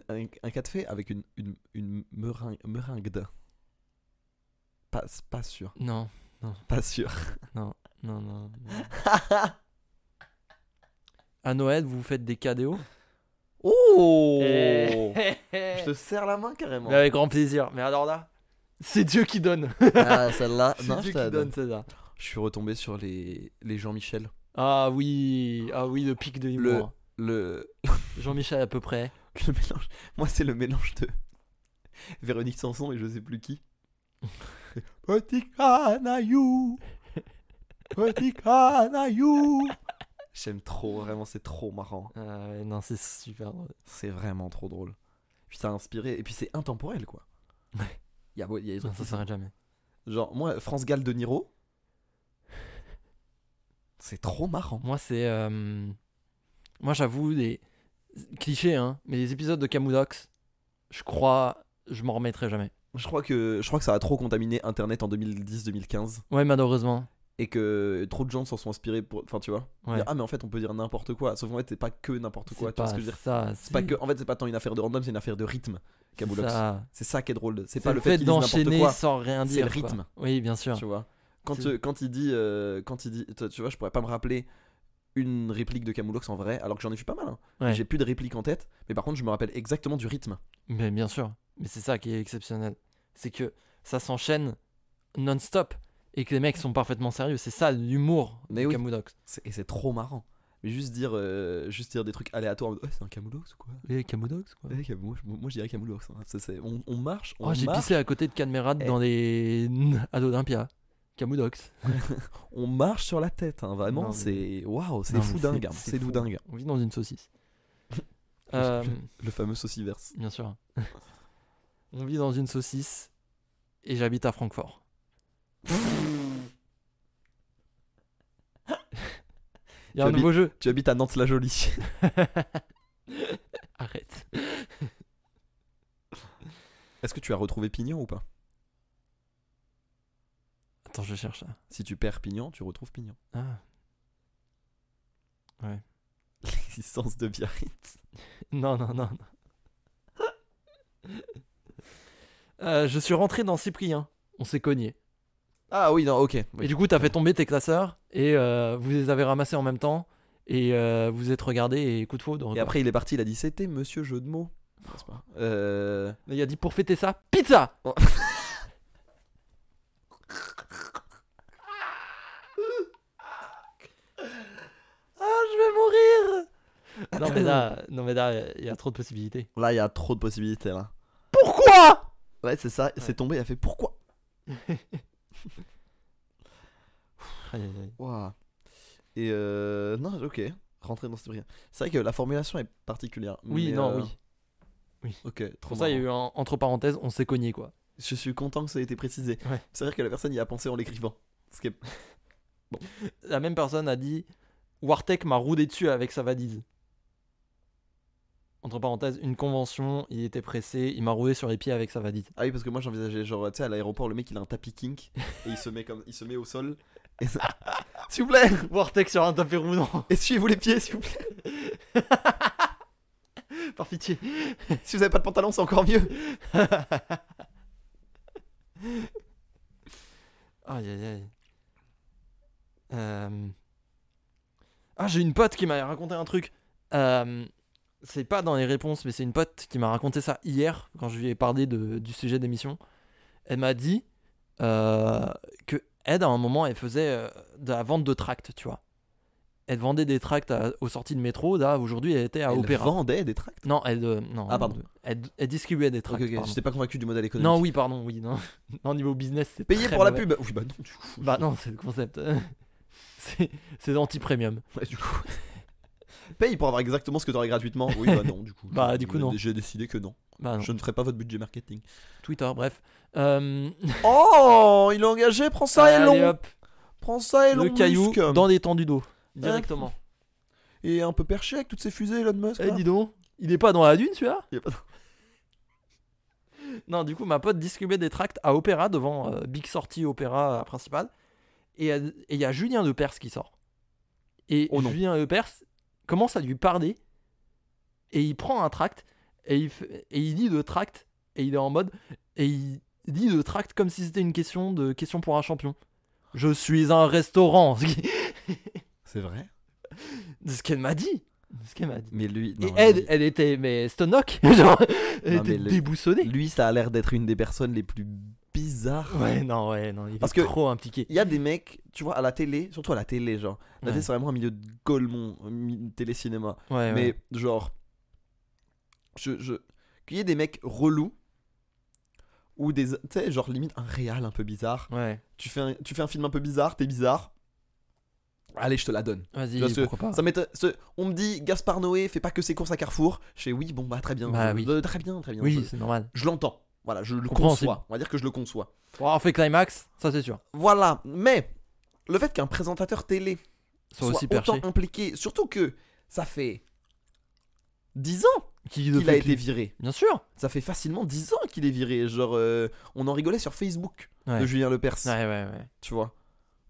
Un, un cas de fée avec une, une, une meringue, meringue. Pas, pas sûr. Non, Pas sûr. Eh. non, non. non. à Noël, vous faites des cadeaux. Oh Eh. Je te serre la main carrément. Mais avec grand plaisir. Mais alors là, c'est Dieu qui donne. Ah, celle-là, C'est non, je Dieu te la qui donne. donne, c'est ça. Je suis retombé sur les, les Jean-Michel. Ah oui, ah oui, le pic de l'humour. Le, Jean-Michel à peu près. le mélange. Moi, c'est le mélange de Véronique Sanson et je sais plus qui. Petit canaillou. Petit canaillou. J'aime trop, vraiment, c'est trop marrant. Ah ouais, non, c'est super drôle. C'est vraiment trop drôle. Puis ça a inspiré. Et puis c'est intemporel, quoi. Ouais. Il y a, il y a des Non, trucs ça qui s'arrête jamais. Genre, moi, France Gall de Niro. C'est trop marrant. Moi, c'est. euh, Moi, j'avoue, les clichés, hein, mais les épisodes de Camudox, je crois, je m'en remettrai jamais. Je crois que, je crois que ça a trop contaminé Internet en 2010-2015. Ouais, malheureusement. Et que trop de gens s'en sont inspirés pour. Enfin, tu vois. Ouais. Dire, ah, mais en fait, on peut dire n'importe quoi. Sauf qu'en fait, c'est pas que n'importe quoi. C'est Tu vois pas ce que je veux dire ça. C'est pas que. En fait, c'est pas tant une affaire de random, c'est une affaire de rythme. Kaboulox. ça. C'est ça qui est drôle. C'est C'est pas le fait, qu'ils disent n'importe d'enchaîner quoi. sans rien c'est dire. le quoi. rythme. Oui, bien sûr. Tu vois. Quand, C'est- euh, quand il dit. euh, quand il dit. Tu tu vois, je pourrais pas me rappeler une réplique de Kamoulox en vrai, alors que j'en ai fait pas mal. hein. Ouais. J'ai plus de réplique en tête, mais par contre, je me rappelle exactement du rythme. Mais bien sûr. Mais c'est ça qui est exceptionnel. C'est que ça s'enchaîne non-stop et que les mecs sont parfaitement sérieux. C'est ça l'humour Mais de oui. Camudox. C'est- Et c'est trop marrant. Mais juste dire, euh, juste dire des trucs aléatoires. en mode, Ouais, c'est un camoulox ou quoi Et Camudox, quoi. Ouais, Cam- moi, je- moi, je dirais camoulox. hein. Ça, c'est- on, on marche, on, Oh, j'ai marche pissé à côté de Canmerade dans les. à l'Olympia. Camudox. on marche sur la tête. hein. Vraiment, Non, mais- c'est waouw, c'est Non, fou mais dingue. hein. c'est- c'est C'est fou. fou dingue. On vit dans une saucisse. Euh, Le fameux sauciverse. bien sûr. On vit dans une saucisse et j'habite à Francfort. Il y a un J'habite- nouveau jeu. Tu habites à Nantes-la-Jolie. Arrête. Est-ce que tu as retrouvé Pignan ou pas Attends, je cherche ça. Si tu perds Pignan, tu retrouves Pignan. Ah. L'existence de Biarritz. Non, non, non. non. Euh, je suis rentré dans Cyprien. On s'est cogné. Ah oui, non, ok. Et oui. du coup, t'as fait tomber tes classeurs et euh, vous les avez ramassés en même temps et euh, vous êtes regardés et coup de foudre. Et quoi. après, il est parti, il a dit c'était monsieur jeu de mots. Je sais pas. Euh, Il a dit pour fêter ça, pizza Oh. Ah, je vais mourir Non mais là, non mais là, il y a trop de possibilités. Là, il y a trop de possibilités là. Pourquoi Ouais, c'est ça, Ouais. c'est tombé, il a fait pourquoi Waouh. Et euh, non, ok, rentrer dans ce rien. C'est vrai que la formulation est particulière. Oui, mais, non, euh, oui. Ok, trop Pour ça, il y a marrant. eu un entre parenthèses, on s'est cogné quoi. Je suis content que ça ait été précisé. Ouais. C'est-à-dire que la personne y a pensé en l'écrivant. Ce qui est- La même personne a dit Wartek m'a roudé dessus avec sa valise. entre parenthèses, une convention, il était pressé, il m'a roulé sur les pieds avec sa valise. Ah oui, parce que moi j'envisageais, genre, tu sais, à l'aéroport, le mec il a un tapis kink et il se met, comme, il se met au sol. Et ça- S'il vous plaît, Vortex sur un tapis roulant, essuyez-vous les pieds, s'il vous plaît. par pitié. Si vous avez pas de pantalon, c'est encore mieux. Aïe aïe aïe. Euh, Ah, j'ai une pote qui m'a raconté un truc. Euh, C'est pas dans les réponses, mais c'est une pote qui m'a raconté ça hier, quand je lui ai parlé de- du sujet d'émission. Elle m'a dit euh, que elle, à un moment, elle faisait euh, de la vente de tracts, tu vois. Elle vendait des tracts à- aux sorties de métro. Là, aujourd'hui, elle était à Elle Ah, Opéra. vendait des tracts. Non, elle. euh, non, Ah, pardon. Elle, elle distribuait des Ok, tracts. ok, pardon. j'étais pas convaincu du modèle économique. non, oui, pardon, oui. Non, non niveau business, c'est. Payer très pour la mauvais. pub Oui, bah non, du coup. Bah non, c'est le concept. c'est c'est l'anti-premium. Ouais, du coup. Paye pour avoir exactement ce que t'aurais gratuitement. Oui, bah non, du coup. Bah, du coup, J'ai- non. J'ai décidé que non. Bah non, Je ne ferai pas votre budget marketing. Twitter, bref. Euh, Oh, il est engagé, prends ça et allez, long. hop, Prends ça et long. le caillou Musk. dans l'étendue d'eau, directement. Et un peu perché avec toutes ces fusées, Elon Musk. Eh, là. dis donc, il est pas dans la dune celui-là Il est pas dans- Non, du coup, ma pote distribuait des tracts à Opéra devant euh, Big Sortie Opéra euh, principale. Et elle- et il y a Julien Lepers qui sort. Et Oh non. Julien Lepers commence à lui parler. Et il prend un tract. Et il, fait- et il lit le tract. Et il est en mode. Et il lit le tract comme si c'était une question de question pour un champion. Je suis un restaurant. ce qui- C'est vrai. ce qu'elle m'a dit. Ce qu'elle m'a dit. Mais lui, non, et elle, lui- elle était mais stonock. Genre, elle Non, mais était le- déboussolée. lui, ça a l'air d'être une des personnes les plus bizarres. Ouais, non, ouais, non. Il est Parce que- trop impliqué. Il y a des mecs, tu vois, à la télé, surtout à la télé, genre. La Ouais. Eh télé, c'est vraiment un milieu de golemont, un mi- télé-cinéma. Ouais, ouais. Mais genre, je, je... qu'il y ait des mecs relous ou des, tu sais, genre limite un réal un peu bizarre. Ouais, Tu fais un, tu fais un film un peu bizarre, t'es bizarre. Allez, je te la donne. Tu vas-y, vois, ce- pourquoi pas. ça m'étonne- ce- on me dit Gaspard Noé fait pas que ses courses à Carrefour. Je fais oui, bon bah très bien, Bah Euh, oui. euh, très bien, très bien. Oui, Je, c'est normal. je l'entends. Voilà, je le Compréhensible. conçois. On va dire que je le conçois. Bon, on fait climax, ça c'est sûr. Voilà, mais le fait qu'un présentateur télé Soit, soit aussi autant perché. impliqué, surtout que ça fait 10 ans Qui le qu'il fait a qui- été viré. Bien sûr. Ça fait facilement 10 ans qu'il est viré. Genre, euh, on en rigolait sur Facebook Ouais. de Julien Lepers, Ouais, ouais, ouais. tu vois.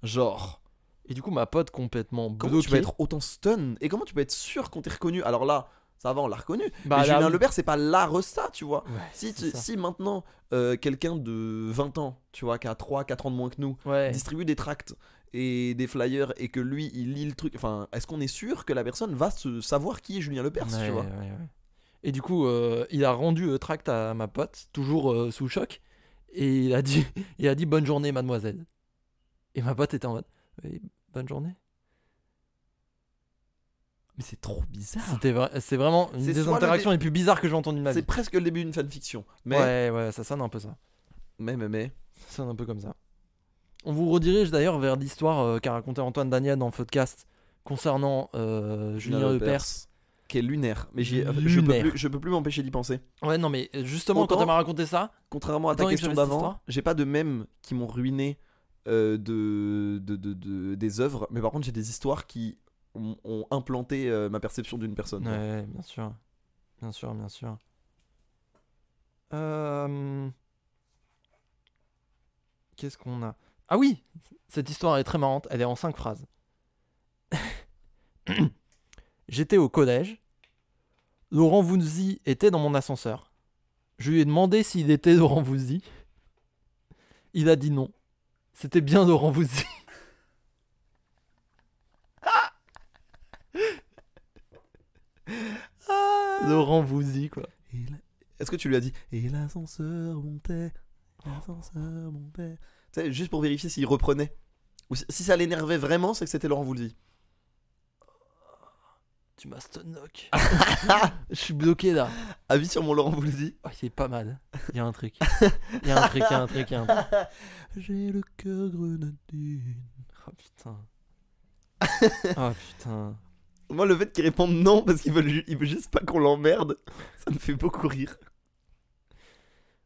Genre, Et du coup, ma pote complètement comment bloquée. tu peux être autant stun Et comment tu peux être sûr qu'on t'ait reconnu Alors là, ça va, on l'a reconnu. Bah, mais là, Julien oui. Lepers, c'est pas la resta, tu vois. Ouais, Si, c'est tu- ça. si maintenant, euh, quelqu'un de 20 ans, tu vois, qui a 3-4 ans de moins que nous, Ouais. distribue des tracts et des flyers et que lui, il lit le truc, enfin, est-ce qu'on est sûr que la personne va se savoir qui est Julien Lepers, Ouais, tu vois ouais, ouais. Et du coup, euh, il a rendu le tract à ma pote, toujours euh, sous choc, et il a dit, il a dit bonne journée, mademoiselle. Et ma pote était en mode, Oui, bonne journée. Mais c'est trop bizarre. C'était vra- c'est vraiment une C'est des soit le interactions les plus bizarres que j'ai entendues de ma C'est vie. presque le début d'une fanfiction. Mais, Ouais, ouais, ça sonne un peu ça. mais, mais, mais. Ça sonne un peu comme ça. On vous redirige d'ailleurs vers l'histoire euh, qu'a raconté Antoine Daniel dans le podcast concernant euh, Julien Lepers, Lepers. Qui est lunaire. Mais j'y- je peux Lunaire. plus, je peux plus m'empêcher d'y penser. Ouais, non, mais justement, Autant- quand elle m'a raconté ça, Contrairement à ta Attends, question j'avais cette d'avant, histoire. j'ai pas de mèmes qui m'ont ruiné euh, de, de, de- de- des œuvres. Mais par contre, j'ai des histoires qui ont, ont implanté euh, ma perception d'une personne. Ouais, bien sûr. Bien sûr, bien sûr. Euh, Qu'est-ce qu'on a Ah oui Cette histoire est très marrante, elle est en cinq phrases. J'étais au collège. Laurent Voulzy était dans mon ascenseur. Je lui ai demandé s'il était Laurent Voulzy. Il a dit non. C'était bien Laurent Voulzy. Laurent Voulzy, quoi. Et la- Est-ce que tu lui as dit Et l'ascenseur montait, l'ascenseur montait. Tu sais, juste pour vérifier s'il reprenait. Ou si- si ça l'énervait vraiment, c'est que c'était Laurent Voulzy. Tu m'as stun knock. Je suis bloqué là. Avis sur mon Laurent Voulzy. Oh, il est pas mal. Il y a un truc. Il y a un truc, il y a un truc, il y a un truc. J'ai le cœur grenadine. Oh putain. Oh putain. Moi, le fait qu'ils répondent non parce qu'ils veulent, ju- ils veulent juste pas qu'on l'emmerde, ça me fait beaucoup rire.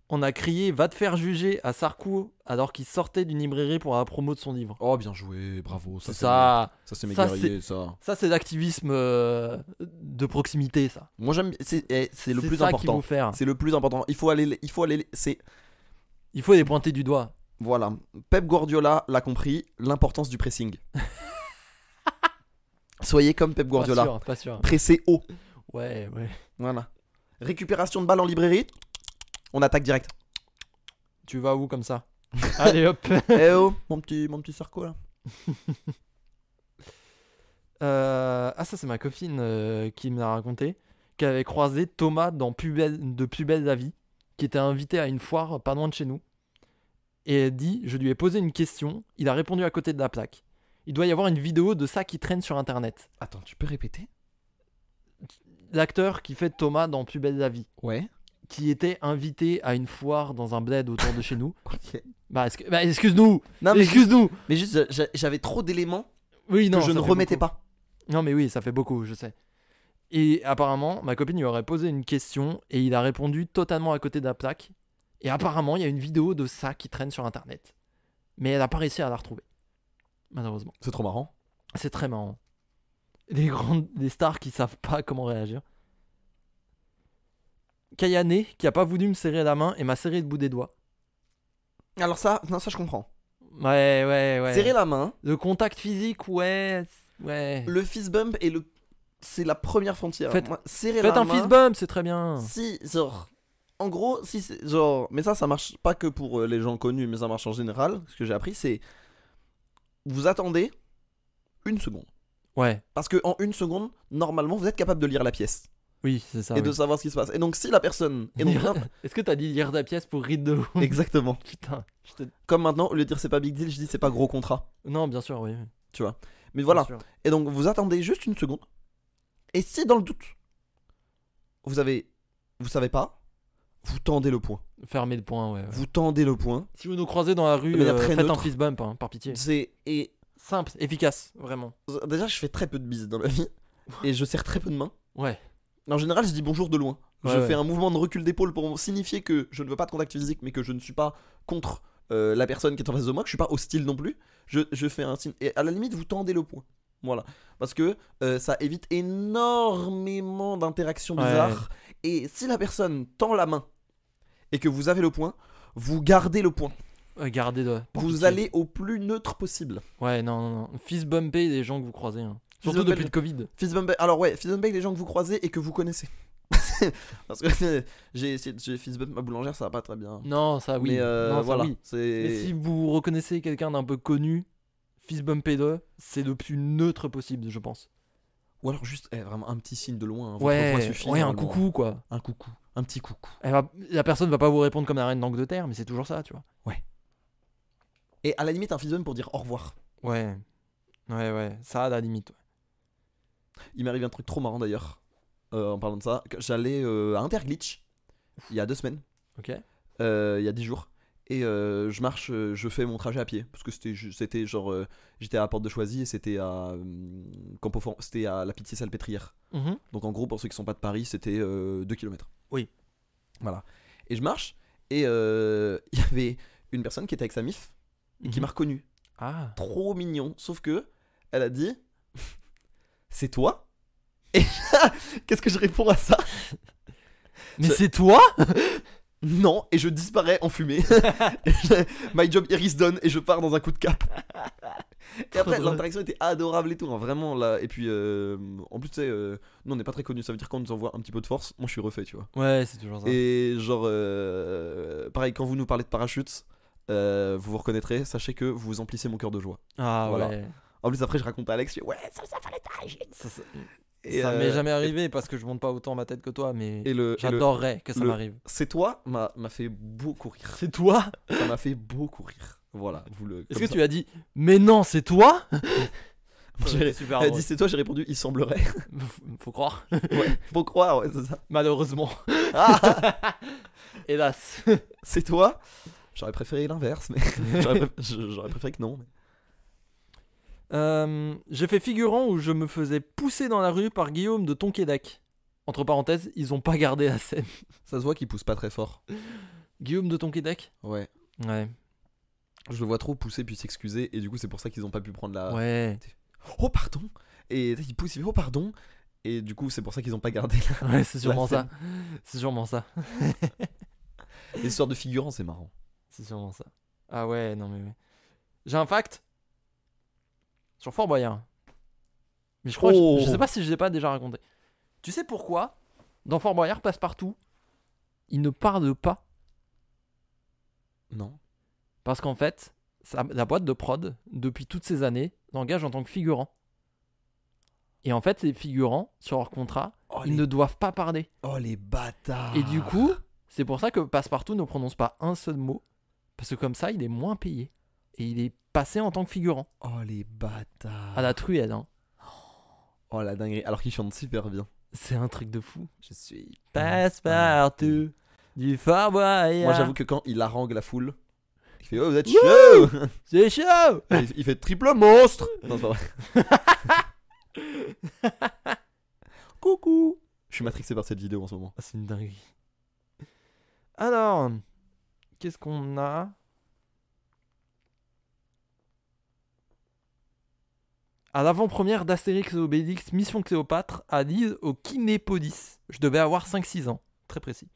on a crié va te faire juger à Sarko alors qu'il sortait d'une librairie pour la promo de son livre. Oh, bien joué, bravo. Ça, Ça, ça, c'est- ça c'est mes ça, guerriers, ça. c'est l'activisme euh, de proximité, ça. Moi, j'aime. C'est eh, c'est le C'est plus ça qu'il faut important. faire. C'est le plus important. Il faut aller. Il faut aller. C'est Il faut les pointer du doigt. Voilà. Pep Guardiola l'a compris, l'importance du pressing. Soyez comme Pep Pas Guardiola. sûr, pas sûr. Pressez haut. Ouais, ouais. Voilà. Récupération de balle en librairie. On attaque direct. Tu vas où comme ça Allez hop. eh oh, mon petit, mon petit Sarko là. Euh, ah ça c'est ma copine euh, qui me l'a raconté, qu'elle avait croisé Thomas dans Plus belle- de Plus belle la vie, qui était invité à une foire pas loin de chez nous. Et elle dit, je lui ai posé une question, il a répondu à côté de la plaque. Il doit y avoir une vidéo de ça qui traîne sur Internet. Attends, tu peux répéter L'acteur qui fait Thomas dans Plus belle la vie, Ouais. qui était invité à une foire dans un bled autour de chez nous. Ok. Bah, excu- bah, excuse-nous, Non mais, excuse-nous. mais juste, euh, j'a- j'avais trop d'éléments Oui, que non, je ça ne fait remettais beaucoup. pas. Non, mais oui, ça fait beaucoup, je sais. Et apparemment, ma copine lui aurait posé une question et il a répondu totalement à côté de la plaque. Et apparemment, il y a une vidéo de ça qui traîne sur internet. Mais elle n'a pas réussi à la retrouver. Malheureusement. C'est trop marrant. C'est très marrant. Les grandes les stars qui savent pas comment réagir. Kayane, qui a pas voulu me serrer la main et m'a serré le bout des doigts. Alors ça, non ça je comprends. Ouais, ouais, ouais. Serrer la main, Le contact physique, ouais. c- Ouais. le fist bump et le, c'est la première frontière. Faites- Moi, serrer Faites la un main. fist bump, c'est très bien. Si, genre. En gros, si c'est. Genre. Mais ça, ça marche pas que pour euh, les gens connus, mais ça marche en général. Ce que j'ai appris, c'est. Vous attendez une seconde. Ouais, Parce que en une seconde, normalement, vous êtes capable de lire la pièce oui, c'est ça. et Ah oui. de savoir ce qui se passe. Et donc, si la personne. Et donc, Est-ce que t'as dit lire ta pièce pour ride de ouf exactement. Putain. je te- Comme maintenant, au lieu de dire c'est pas big deal, je dis c'est pas gros contrat. Non, bien sûr, oui. oui, Mais voilà. bien sûr. Et donc, vous attendez juste une seconde. Et si dans le doute, vous avez. Vous savez pas, vous tendez le point. Fermez le point, ouais. ouais. Vous Eh ben, tendez le point. Si vous nous croisez dans la rue, Mais la euh, traîne faites un neutre. fist bump, hein, par pitié. C'est. Et Simple, efficace, vraiment. Déjà, je fais très peu de bises dans la vie et je serre très peu de mains. Ouais. En général, je dis bonjour de loin. Ouais, je ouais. fais un mouvement de recul d'épaule pour signifier que je ne veux pas de contact physique, mais que je ne suis pas contre euh, la personne qui est en face de moi, que je suis pas hostile non plus. Je, je fais un signe. Et à la limite, vous tendez le poing. Voilà. Parce que euh, ça évite énormément d'interactions Ouais. bizarres. Et si la personne tend la main et que vous avez le poing, vous gardez le poing. Ouais, euh, Gardez de. par Vous pitié. allez au plus neutre possible. Ouais, non, non, non. Fist bumper des gens que vous croisez. hein. Fist Surtout bumper depuis le Covid. Fist bump, alors ouais, fist bump avec les gens que vous croisez et que vous connaissez. Parce que euh, j'ai essayé de j'ai fist bump ma boulangère, ça va pas très bien. Non, ça Ah oui. Mais euh, Non, ça, voilà, oui. Mais c'est si vous reconnaissez quelqu'un d'un peu connu, fist bumper de, c'est le plus neutre possible, je pense. ou alors juste eh, vraiment un petit signe de loin. hein, votre point Ouais, suffit, ouais, un normalement. coucou, quoi. un coucou, un petit coucou. Elle va- La personne va pas vous répondre comme la reine d'Angleterre, mais c'est toujours ça, tu vois. Et à la limite un fist bump pour dire au revoir. Ouais. Ouais, ouais. Ça, à la limite. ouais. Il m'arrive un truc trop marrant d'ailleurs euh, en parlant de ça. que J'allais euh, à Interglitch il y a deux semaines, Ok. euh, il y a dix jours. Et euh, je marche, euh, je fais mon trajet à pied parce que c'était ju- c'était genre euh, j'étais à la porte de Choisy et c'était à hum, Campofor- c'était à la Pitié Salpêtrière. Mhm. Donc en gros, pour ceux qui sont pas de Paris, c'était 2 km. Oui. Voilà. Et je marche, et euh, il y avait une personne qui était avec sa mif, et Mhm. qui m'a reconnu. Ah. Trop mignon. Sauf que, elle a dit C'est toi Et qu'est-ce que je réponds à ça Mais Ce- c'est toi Non, et je disparais en fumée. Et je- My job Iris done, et je pars dans un coup de cap. Et Trop après, drôle. l'interaction était adorable et tout, hein, vraiment là. Et puis, euh, en plus, tu sais, euh, nous on n'est pas très connus, ça veut dire qu'on nous envoie un petit peu de force. Moi je suis refait, tu vois. Ouais, c'est toujours ça. Et genre, euh, pareil, quand vous nous parlez de parachute, euh, vous vous reconnaîtrez, sachez que vous emplissez mon cœur de joie. Ah voilà. ouais. En plus, après, je raconte à Alex, je dis, ouais, ça, ça fallait parachute. Ça, ça- Et, ça euh, m'est jamais arrivé parce que je monte pas autant ma tête que toi, mais Et le, et le j'adorerais que ça le- m'arrive. c'est toi m'a m'a fait beaucoup rire. C'est toi Ça m'a fait beaucoup rire. Voilà, vous le. Est-ce que comme tu as dit Mais non, c'est toi ça. J'ai- C'est super Elle a drôle. dit, c'est toi, j'ai répondu, il semblerait. Faut- Faut croire, Faut croire, ouais, c'est ça. malheureusement. Ah, Hélas. c'est toi J'aurais préféré l'inverse, mais. J'aurais préf- je- j'aurais préféré que non. mais- Euh, J'ai fait figurant où je me faisais pousser dans la rue par Guillaume de Tonquédec. Entre parenthèses, ils ont pas gardé la scène. Ça se voit qu'il pousse pas très fort. Guillaume de Tonquédec Ouais. Ouais. Je le vois trop pousser puis s'excuser et du coup c'est pour ça qu'ils ont pas pu prendre la. Ouais. Oh pardon Et il pousse, il fait oh pardon Et du coup c'est pour ça qu'ils ont pas gardé la- Ouais, c'est sûrement scène. ça. C'est sûrement ça. les histoires de figurants, c'est marrant. C'est sûrement ça. Ah ouais, non mais. ouais. J'ai un fact sur Fort Boyard. Mais je crois, Oh. je, je sais pas si je l'ai pas déjà raconté. Tu sais pourquoi dans Fort Boyard passe partout, il ne parle pas Non parce qu'en fait, sa- la boîte de prod depuis toutes ces années l'engage en tant que figurant. Et en fait, les figurants sur leur contrat, oh ils les... ne doivent pas parler. oh les bâtards Et du coup, c'est pour ça que Passepartout ne prononce pas un seul mot. Parce que comme ça, il est moins payé. Et il est passé en tant que figurant. Oh les bâtards À la truelle, hein. Oh la dinguerie Alors qu'ils chantent super bien. C'est un truc de fou. Je suis. Passepartout du Fort Boyard. Moi j'avoue que quand il harangue la foule, il fait oh vous êtes chaud C'est chaud Et il- Il fait triple monstre Non, c'est pas vrai. Coucou Je suis matrixé par cette vidéo en ce moment. C'est une dinguerie. Alors, qu'est-ce qu'on a À l'avant-première d'Astérix et Obélix, Mission Cléopâtre, à Lille, au Kinépolis. Je devais avoir 5-6 ans, très précis.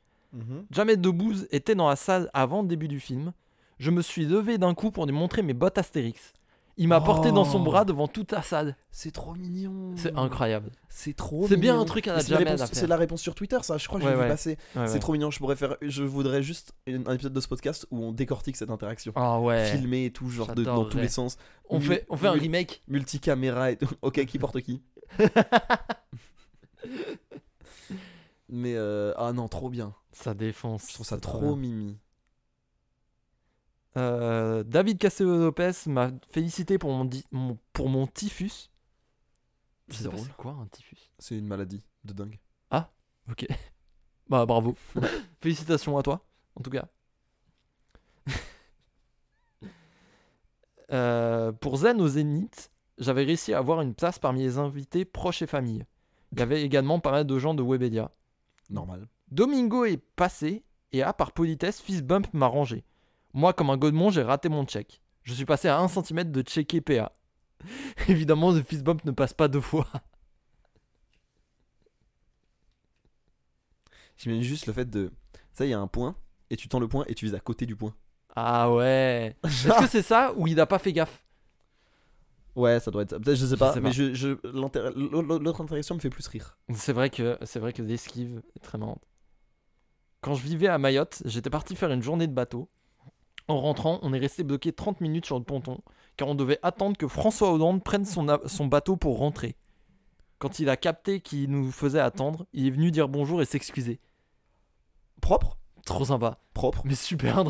Jamais Debouze était dans la salle avant le début du film. Je me suis levé d'un coup pour lui montrer mes bottes Astérix. Il m'a porté dans son Oh. Mmh. bras devant toute la salle. C'est trop mignon C'est incroyable. C'est trop C'est bien mignon. un truc à Mais la c'est la Jamel réponse- à faire. C'est la réponse sur Twitter, ça. Je crois que Ouais, j'ai ouais. vu passer. Ouais, C'est ouais. trop mignon. Je pourrais faire. Je voudrais juste une- un épisode de ce podcast où on décortique cette interaction. Ah ouais. Filmé et tout, genre de- dans tous J'adorerais. les sens. On Mul- fait, on fait un mul- remake. Multicaméra et tout. ok, qui porte qui Mais euh, ah non, trop bien. Ça défonce. Je trouve ça c'est trop bien. mimi. Euh, David Castello Lopez m'a félicité pour mon, di- mon- pour mon typhus. Je C'est sais pas drôle. c'est quoi un typhus C'est une maladie de dingue. Ok. Bah bravo. Félicitations à toi, en tout cas. Euh, pour Zen au Zénith, j'avais réussi à avoir une place parmi les invités proches et familles. Il y avait également pas mal de gens de Webedia. Normal. Domingo est passé et a, par politesse, fils Bump m'a rangé. Moi, comme un godemon, j'ai raté mon check. Je suis passé à 1 cm de checker PA. Évidemment, le fils Bump ne passe pas deux fois. J'imagine juste le fait de. Ça, il y a un point, et tu tends le point et tu vises à côté du point. Ah ouais. Est-ce que c'est ça ou il n'a pas fait gaffe Ouais, ça doit être ça. Peut-être, je sais pas, sais mais pas. je, je- l'inter- l'autre interaction me fait plus rire. C'est vrai que c'est vrai que l'esquive est très marrante. Quand je vivais à Mayotte, j'étais parti faire une journée de bateau. En rentrant, on est resté bloqué 30 minutes sur le ponton, car on devait attendre que François Hollande prenne son, a- son bateau pour rentrer. Quand il a capté qu'il nous faisait attendre, il est venu dire bonjour et s'excuser. Propre Trop sympa, Propre. mais super.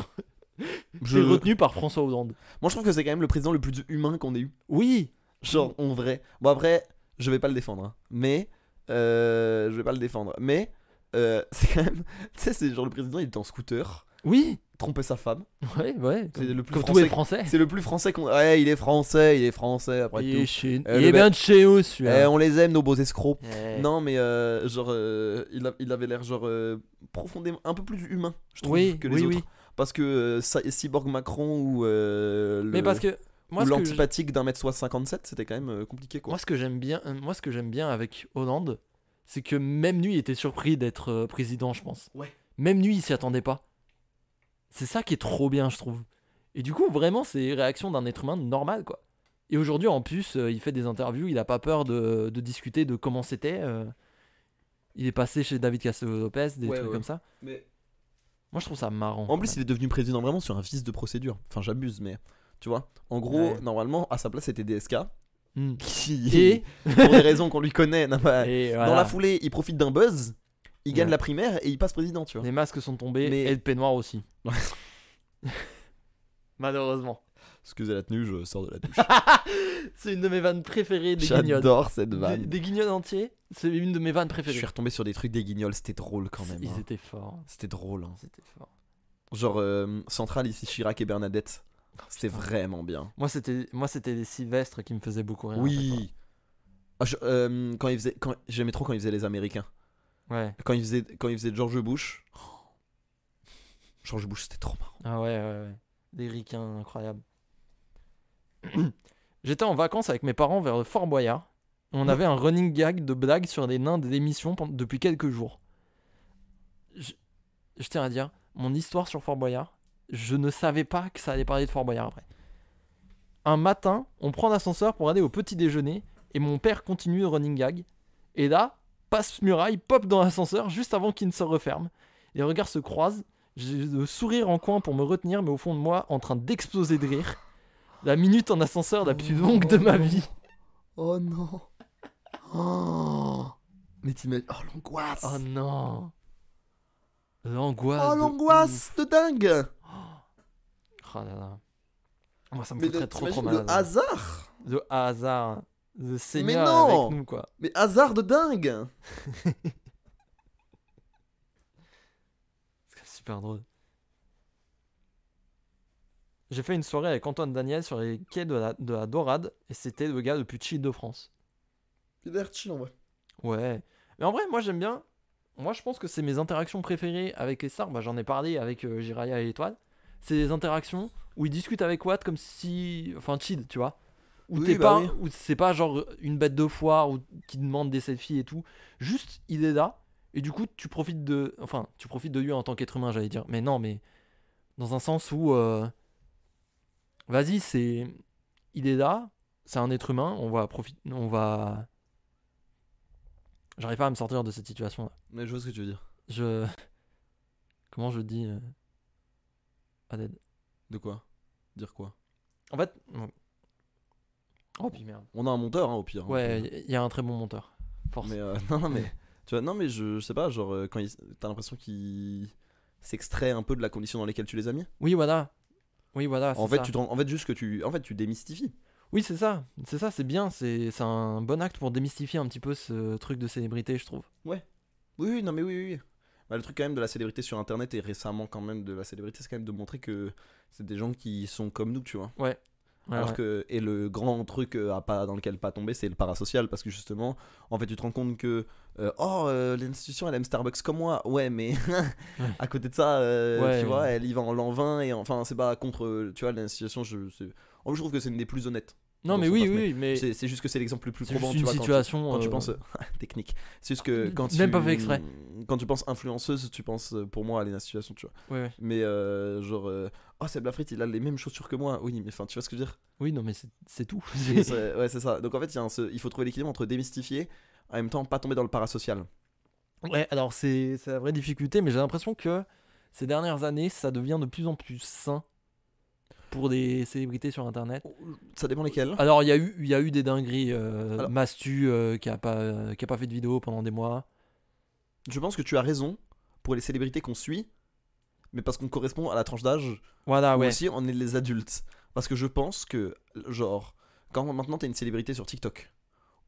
Je- J'ai retenu par François Hollande. Moi, je trouve que c'est quand même le président le plus humain qu'on ait eu. Oui, Genre, en vrai. Bon, après, je vais pas le défendre, hein. mais. euh, je vais pas le défendre. Mais, euh, c'est quand même. Tu sais, c'est genre le président, il était en scooter, oui, trompait sa femme. ouais, ouais. C'est le plus Comme tous français. les Français. C'est le plus français qu'on. Ouais, il est français, il est français, après Il est, tout. chez- Euh, il le est bien de chez eux, Eh, celui-là. on les aime, nos beaux escrocs. Eh. Non, mais euh, genre, euh, il, a- il avait l'air genre euh, profondément un peu plus humain, je trouve, oui, que les oui, autres. oui. Parce que euh, Cy- Cyborg Macron ou euh, le- Mais parce que moi, ou ce que je- l'antipathique d'un mètre 57, c'était quand même euh, compliqué quoi. Moi, ce que j'aime bien, euh, moi, ce que j'aime bien avec Hollande, c'est que même lui il était surpris d'être euh, président, je pense. Ouais. Même lui, il s'y attendait pas. C'est ça qui est trop bien, je trouve. Et du coup, vraiment, c'est les réactions d'un être humain normal, quoi. Et aujourd'hui, en plus, euh, il fait des interviews, il a pas peur de, de discuter de comment c'était. euh, il est passé chez David Castello-Lopez, des Ouais, trucs ouais. comme ça. Mais... Moi, je trouve ça marrant. En plus, il est devenu président vraiment sur un vice de procédure. Enfin, j'abuse, mais tu vois. En gros, Ouais. normalement, à sa place, c'était DSK. Mm. Qui, Et, pour des raisons qu'on lui connaît, n'a pas- et euh, dans la voilà. foulée, il profite d'un buzz, il gagne Ouais. la primaire et il passe président, tu vois. les masques sont tombés Mais- et le peignoir aussi. Malheureusement. Excusez la tenue, je sors de la douche. C'est une de mes vannes préférées des guignols. J'adore cette Des, vanne. des guignols entiers, c'est une de mes vannes Je préférées. suis retombé sur des trucs des guignols, c'était drôle quand même. Ils hein. étaient forts. C'était drôle. hein. ils étaient forts. Genre euh, Central ici Chirac et Bernadette. Oh, C'était vraiment bien. Moi, c'était, moi, c'était les Sylvestres qui me faisaient beaucoup rire. Oui. Ah, je- euh, quand il faisait, quand j'aimais trop quand il faisait les Américains. hein. Ouais. Quand il faisait, quand il faisait George Bush. George Bush, c'était trop marrant. Ah ouais, ouais, ouais. Des ricains incroyables. J'étais en vacances avec mes parents vers le Fort Boyard. On avait un running gag de blagues sur les nains des émissions pen- depuis quelques jours. Je, je tiens à dire, mon histoire sur Fort Boyard, je ne savais pas que ça allait parler de Fort Boyard après. Un matin, on prend l'ascenseur pour aller au petit déjeuner et mon père continue le running gag. Et là, passe muraille, pop dans l'ascenseur juste avant qu'il ne se referme. Les regards se croisent. J'ai le sourire en coin pour me retenir, mais au fond de moi, en train d'exploser de rire. La minute en ascenseur la plus longue de ma vie. Oh non. Oh. Mais t'imagines. Oh l'angoisse. Oh non. Euh, L'angoisse. Oh de ouf. l'angoisse de dingue. Oh là là. Moi, ça me Mais foutrait trop trop t'imagines mal. Le hasard. Le hasard. Le Seigneur non. avec nous, quoi. Mais hasard de dingue. C'est super drôle. J'ai fait une soirée avec Antoine Daniel sur les quais de la, de la Dorade et c'était le gars le plus chill de France. Il a l'air chill en vrai. Ouais. Mais en vrai, moi j'aime bien. Moi je pense que c'est mes interactions préférées avec les stars. Bah, J'en ai parlé avec euh, Jiraya et Étoile. C'est des interactions où ils discutent avec Watt comme si. Enfin, chill, tu vois. Où Oui, t'es bah pas. oui. Où c'est pas genre une bête de foire ou qui demande des selfies et tout. Juste, il est là. Et du coup, tu profites de. Enfin, tu profites de lui en tant qu'être humain, j'allais dire. Mais non, mais. Dans un sens où. euh, Vas-y, c'est. Il est là. C'est un être humain. On va profiter. On va. J'arrive pas à me sortir de cette situation là. Mais je vois ce que tu veux dire. Je. Comment je dis. euh, Ah, dead. De quoi Dire quoi En fait. ouais. Oh, puis merde. On a un monteur hein, au pire. hein, Ouais, au pire. il y a un très bon monteur. Force. Mais euh, non, non, mais tu vois, non, mais je, je sais pas, genre euh, quand il- t'as l'impression qu'il s'extrait un peu de la condition dans laquelle tu les as mis. Oui, voilà. Oui, voilà. En Ah, c'est fait, ça. tu te rends- en fait juste que tu, en fait, tu démystifies. Oui, c'est ça. C'est ça, c'est bien. C'est c'est un bon acte pour démystifier un petit peu ce truc de célébrité, je trouve. Oui, oui, non, mais oui, oui. oui. Bah, le truc quand même de la célébrité sur Internet et récemment quand même de la célébrité, c'est quand même de montrer que c'est des gens qui sont comme nous, tu vois. Ouais, Alors ouais. que et le grand truc euh, à pas dans lequel pas tomber, c'est le parasocial parce que justement, en fait, tu te rends compte que euh, oh euh, l'institution elle aime Starbucks comme moi, ouais, mais à côté de ça, euh, Ouais. tu vois, elle y va en l'an 20 et enfin c'est pas contre euh, tu vois l'institution, je c'est- en plus, je trouve que c'est une des plus honnêtes. Non, dans mais son oui, passe, oui, mais. C'est C'est c'est juste que c'est l'exemple le plus probant, juste tu une vois, quand tu- situation. quand tu euh, penses technique, c'est juste que quand Même tu pas fait exprès. quand tu penses influenceuse, tu penses euh, pour moi à l'institution, tu vois. ouais, ouais. Mais euh, genre euh, oh Seb Lafrite, il a les mêmes chaussures que moi. Oui, mais enfin, tu vois ce que je veux dire Oui, non, mais c'est- c'est tout. et c'est- ouais, c'est ça. Donc en fait, il y a un- ce- il faut trouver l'équilibre entre démystifier, en même temps pas tomber dans le parasocial. Ouais, alors c'est c'est la vraie difficulté, mais j'ai l'impression que ces dernières années, ça devient de plus en plus sain pour des célébrités sur Internet. Ça dépend lesquels. Alors, il y, a eu- il y a eu des dingueries. euh, Alors- Mastu, euh, qui, a pas, euh, qui a pas fait de vidéo pendant des mois. Je pense que tu as raison pour les célébrités qu'on suit, mais parce qu'on correspond à la tranche d'âge Voilà, où Ah ouais. aussi on est les adultes. Parce que je pense que, genre, quand maintenant t'es une célébrité sur TikTok,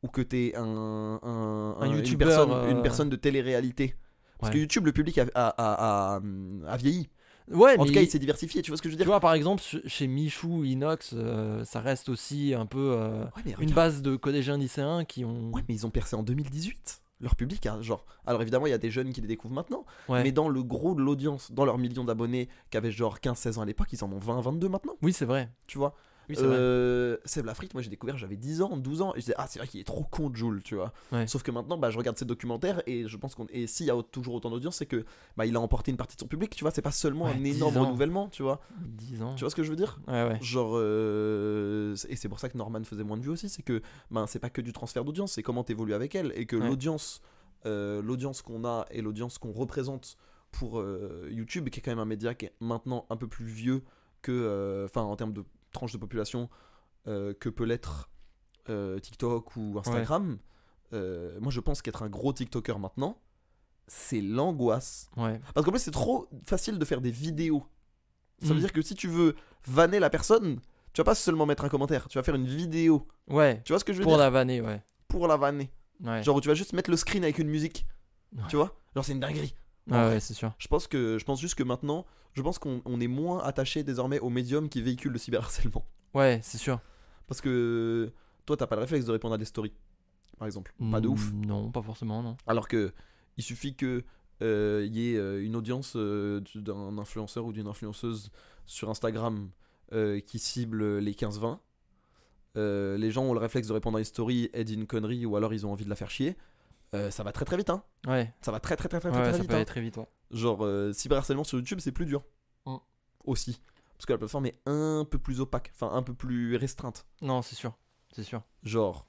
ou que t'es un, un, un- une, youtubeur, personne, euh, une personne de télé-réalité. Parce Ouais. que YouTube, le public a, a- a- a- a vieilli. Ouais, en mais tout cas, il s'est diversifié, tu vois ce que je veux tu dire vois, par exemple, ch- chez Michou, Inox, euh, ça reste aussi un peu euh, Ouais, mais une regarde. base de collégiens lycéens qui ont. Ouais, mais ils ont percé en 2018. Leur public, a, genre. Alors évidemment, il y a des jeunes qui les découvrent maintenant. Ouais. Mais dans le gros de l'audience, dans leurs millions d'abonnés qui avaient genre 15-16 ans à l'époque, ils en ont 20-22 maintenant. Oui, c'est vrai. Tu vois Oui, c'est vrai. euh, Seb Lafrite, moi j'ai découvert, j'avais 10 ans, 12 ans. Et je disais, ah, c'est vrai qu'il est trop con, Jules, tu vois. Ouais. Sauf que maintenant, bah, je regarde ses documentaires et je pense qu'on. Et s'il y a au- toujours autant d'audience, c'est que bah, il a emporté une partie de son public, tu vois. C'est pas seulement Ouais, un 10 énorme ans. renouvellement, tu vois. 10 ans. Tu vois ce que je veux dire Ouais, ouais. Genre, euh, et c'est pour ça que Norman faisait moins de vues aussi, c'est que ben, c'est pas que du transfert d'audience, c'est comment t'évolues avec elle, et que Ouais. l'audience euh, l'audience qu'on a et l'audience qu'on représente pour euh, YouTube, qui est quand même un média qui est maintenant un peu plus vieux que, euh, enfin, en termes de tranche de population, euh, que peut l'être euh, TikTok ou Instagram, euh, moi je pense qu'être un gros TikToker maintenant, c'est l'angoisse. Ouais. Parce qu'en plus, c'est trop facile de faire des vidéos. Ça Mm. veut dire que si tu veux vanner la personne, tu vas pas seulement mettre un commentaire, tu vas faire une vidéo. Ouais. Tu vois ce que je veux Pour dire la vanner, ouais. Pour la vanner. Ouais, Genre où tu vas juste mettre le screen avec une musique. Tu vois Genre c'est une dinguerie. Ouais, ouais, c'est sûr. Je pense que je pense juste que maintenant, je pense qu'on on est moins attaché désormais au médium qui véhicule le cyberharcèlement. Ouais, c'est sûr. Parce que toi, t'as pas le réflexe de répondre à des stories, par exemple. Pas de ouf. Mm, Non, pas Mm, forcément, non. Alors que il suffit que euh, il y ait euh, une audience euh, du- d'un influenceur ou d'une influenceuse sur Instagram euh, qui cible les 15-20, euh, les gens ont le réflexe de répondre à une story et d'une connerie ou alors ils ont envie de la faire chier. Euh, ça va très très vite, hein. Ouais, Ça va très très très très, ouais, très ça vite. peut hein. aller très vite. ouais. Genre, euh, cyberharcèlement sur YouTube, c'est plus dur. Mm. Aussi. Parce que la plateforme est un peu plus opaque, enfin un peu plus restreinte. Non, c'est sûr. C'est sûr. Genre,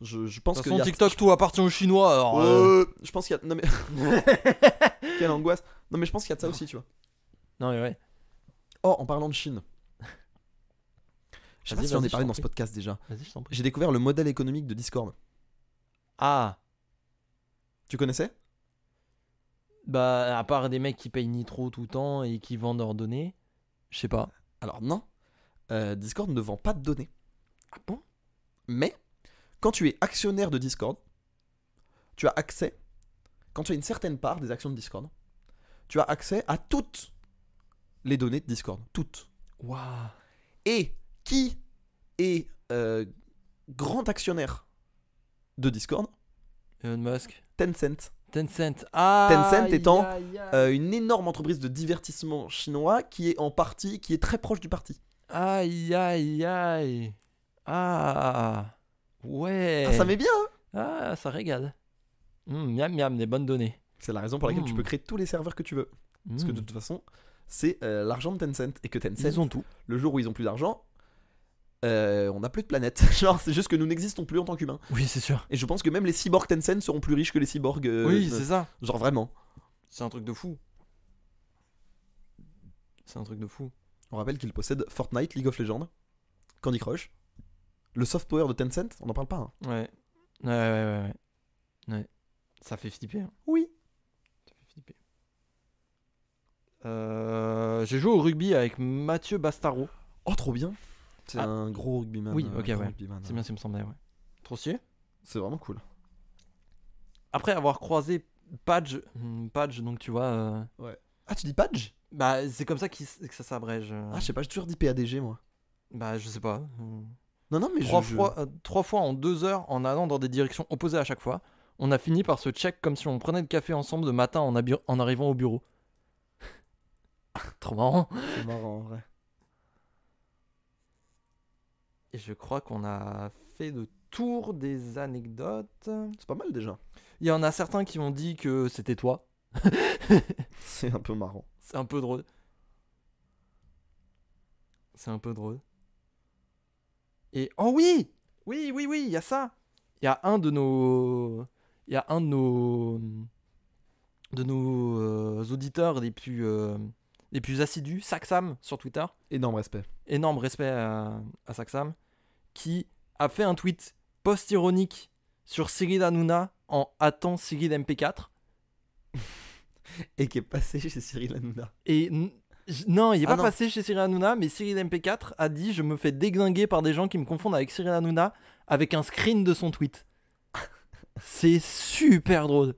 je, je De pense toute que. façon, y a- TikTok, tout appartient aux Chinois. Alors, euh, Euh, Je pense qu'il y a. Non mais. Quelle angoisse. Non mais je pense qu'il y a de ça aussi, tu vois. Non, mais ouais. Oh, en parlant de Chine. Je sais pas Vas-y, si j'en vas-y, ai je parlé t'en dans ce prie. podcast déjà. Vas-y, je t'en prie. J'ai découvert le modèle économique de Discord. Ah, Tu connaissais bah, à part des mecs qui payent Nitro tout le temps et qui vendent leurs données, je sais pas. Alors non. Euh, Discord ne vend pas de données. Ah bon Mais quand tu es actionnaire de Discord, tu as accès, quand tu as une certaine part des actions de Discord, tu as accès à toutes les données de Discord. Toutes. Waouh. Et qui est euh, grand actionnaire de Discord Elon Musk. Tencent. Tencent. Ah, Tencent étant, aïe, aïe. Euh, une énorme entreprise de divertissement chinois qui est en partie, qui est très proche du parti. Aïe, aïe, aïe. Ah. Ouais. Ah, ça met bien hein Ah, ça régale. Hum, miam, miam, des bonnes données. C'est la raison pour laquelle tu Mm. peux créer tous les serveurs que tu veux. Parce que Hum. de toute façon, c'est euh, l'argent de Tencent. Et que Tencent, Ils ont tout. le jour où ils ont plus d'argent, euh, on n'a plus de planète. Genre, c'est juste que nous n'existons plus en tant qu'humains. Oui, c'est sûr. Et je pense que même les cyborgs Tencent seront plus riches que les cyborgs. euh, oui, de- c'est ça. Genre vraiment. C'est un truc de fou. C'est un truc de fou. On rappelle qu'ils possèdent Fortnite, League of Legends, Candy Crush, le soft power de Tencent. On n'en parle pas. hein. Ouais. Ouais, ouais, ouais, ouais. Ouais. Ça fait flipper. hein. Oui. Ça fait flipper. Euh, J'ai joué au rugby avec Mathieu Bastaro. Oh, trop bien. C'est Ah. un gros rugbyman. Oui, euh, ok, gros ouais. rugbyman, C'est hein. bien ce qui me semblait, ouais. Trop stylé. C'est vraiment cool. Après avoir croisé Padge, hmm, Padge, donc tu vois, euh, Ah, tu dis Padge bah c'est comme ça qu'il s- que ça s'abrège. euh, Ah, je sais pas, j'ai toujours dit PADG moi. bah je sais pas. hmm. Non, non, mais je- trois, je. fois, euh, trois fois en deux heures en allant dans des directions opposées à chaque fois. On a fini par se check comme si on prenait le café ensemble le matin en, abi- en arrivant au bureau. Trop marrant. C'est marrant en vrai. Et je crois qu'on a fait le tour des anecdotes. C'est pas mal déjà. Il y en a certains qui ont dit que c'était toi. C'est un peu marrant. C'est un peu drôle. C'est un peu drôle. Et oh oui Oui, oui, oui, il y a ça. Il y a un de nos il y a un de nos de nos euh, auditeurs les plus euh, les plus assidus, Saxam sur Twitter. Énorme respect. Énorme respect à, à Saxam qui a fait un tweet post-ironique sur Cyril Hanouna en attend Cyril MP4 Et qui est passé chez Cyril Hanouna. Et n- j- non, il est Ah pas non. passé chez Cyril Hanouna, mais Cyril MP4 a dit Je me fais déglinguer par des gens qui me confondent avec Cyril Hanouna avec un screen de son tweet. C'est super drôle.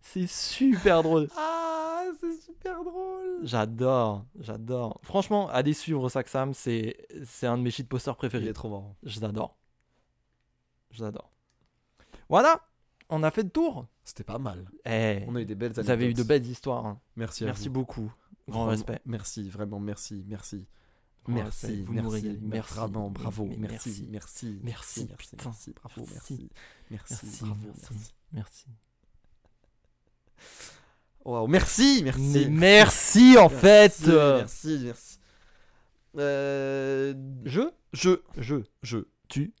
C'est super drôle. Ah, c'est super drôle. J'adore, j'adore. Franchement, allez suivre Saxam, c'est c'est un de mes shit posters Il est préférés. trop marrant. Je l'adore. Je l'adore. Voilà, on a fait le tour. C'était pas mal. Eh, On a eu des belles anecdotes. vous avez eu de belles histoires. hein. Merci à Merci vous. beaucoup. Grand Vraiment, respect. Merci, vraiment, merci, merci. Grand merci, respect. Vous nous merci, régalez. Merci. Vraiment, Mais- bravo. mais Merci, merci, Merci, merci, putain. merci, bravo, Merci. merci, merci, Merci, bravo, merci. merci. Merci. Waouh, merci, Mais merci. merci en fait. Merci, merci, merci. Euh, Je je, Je. je, tu,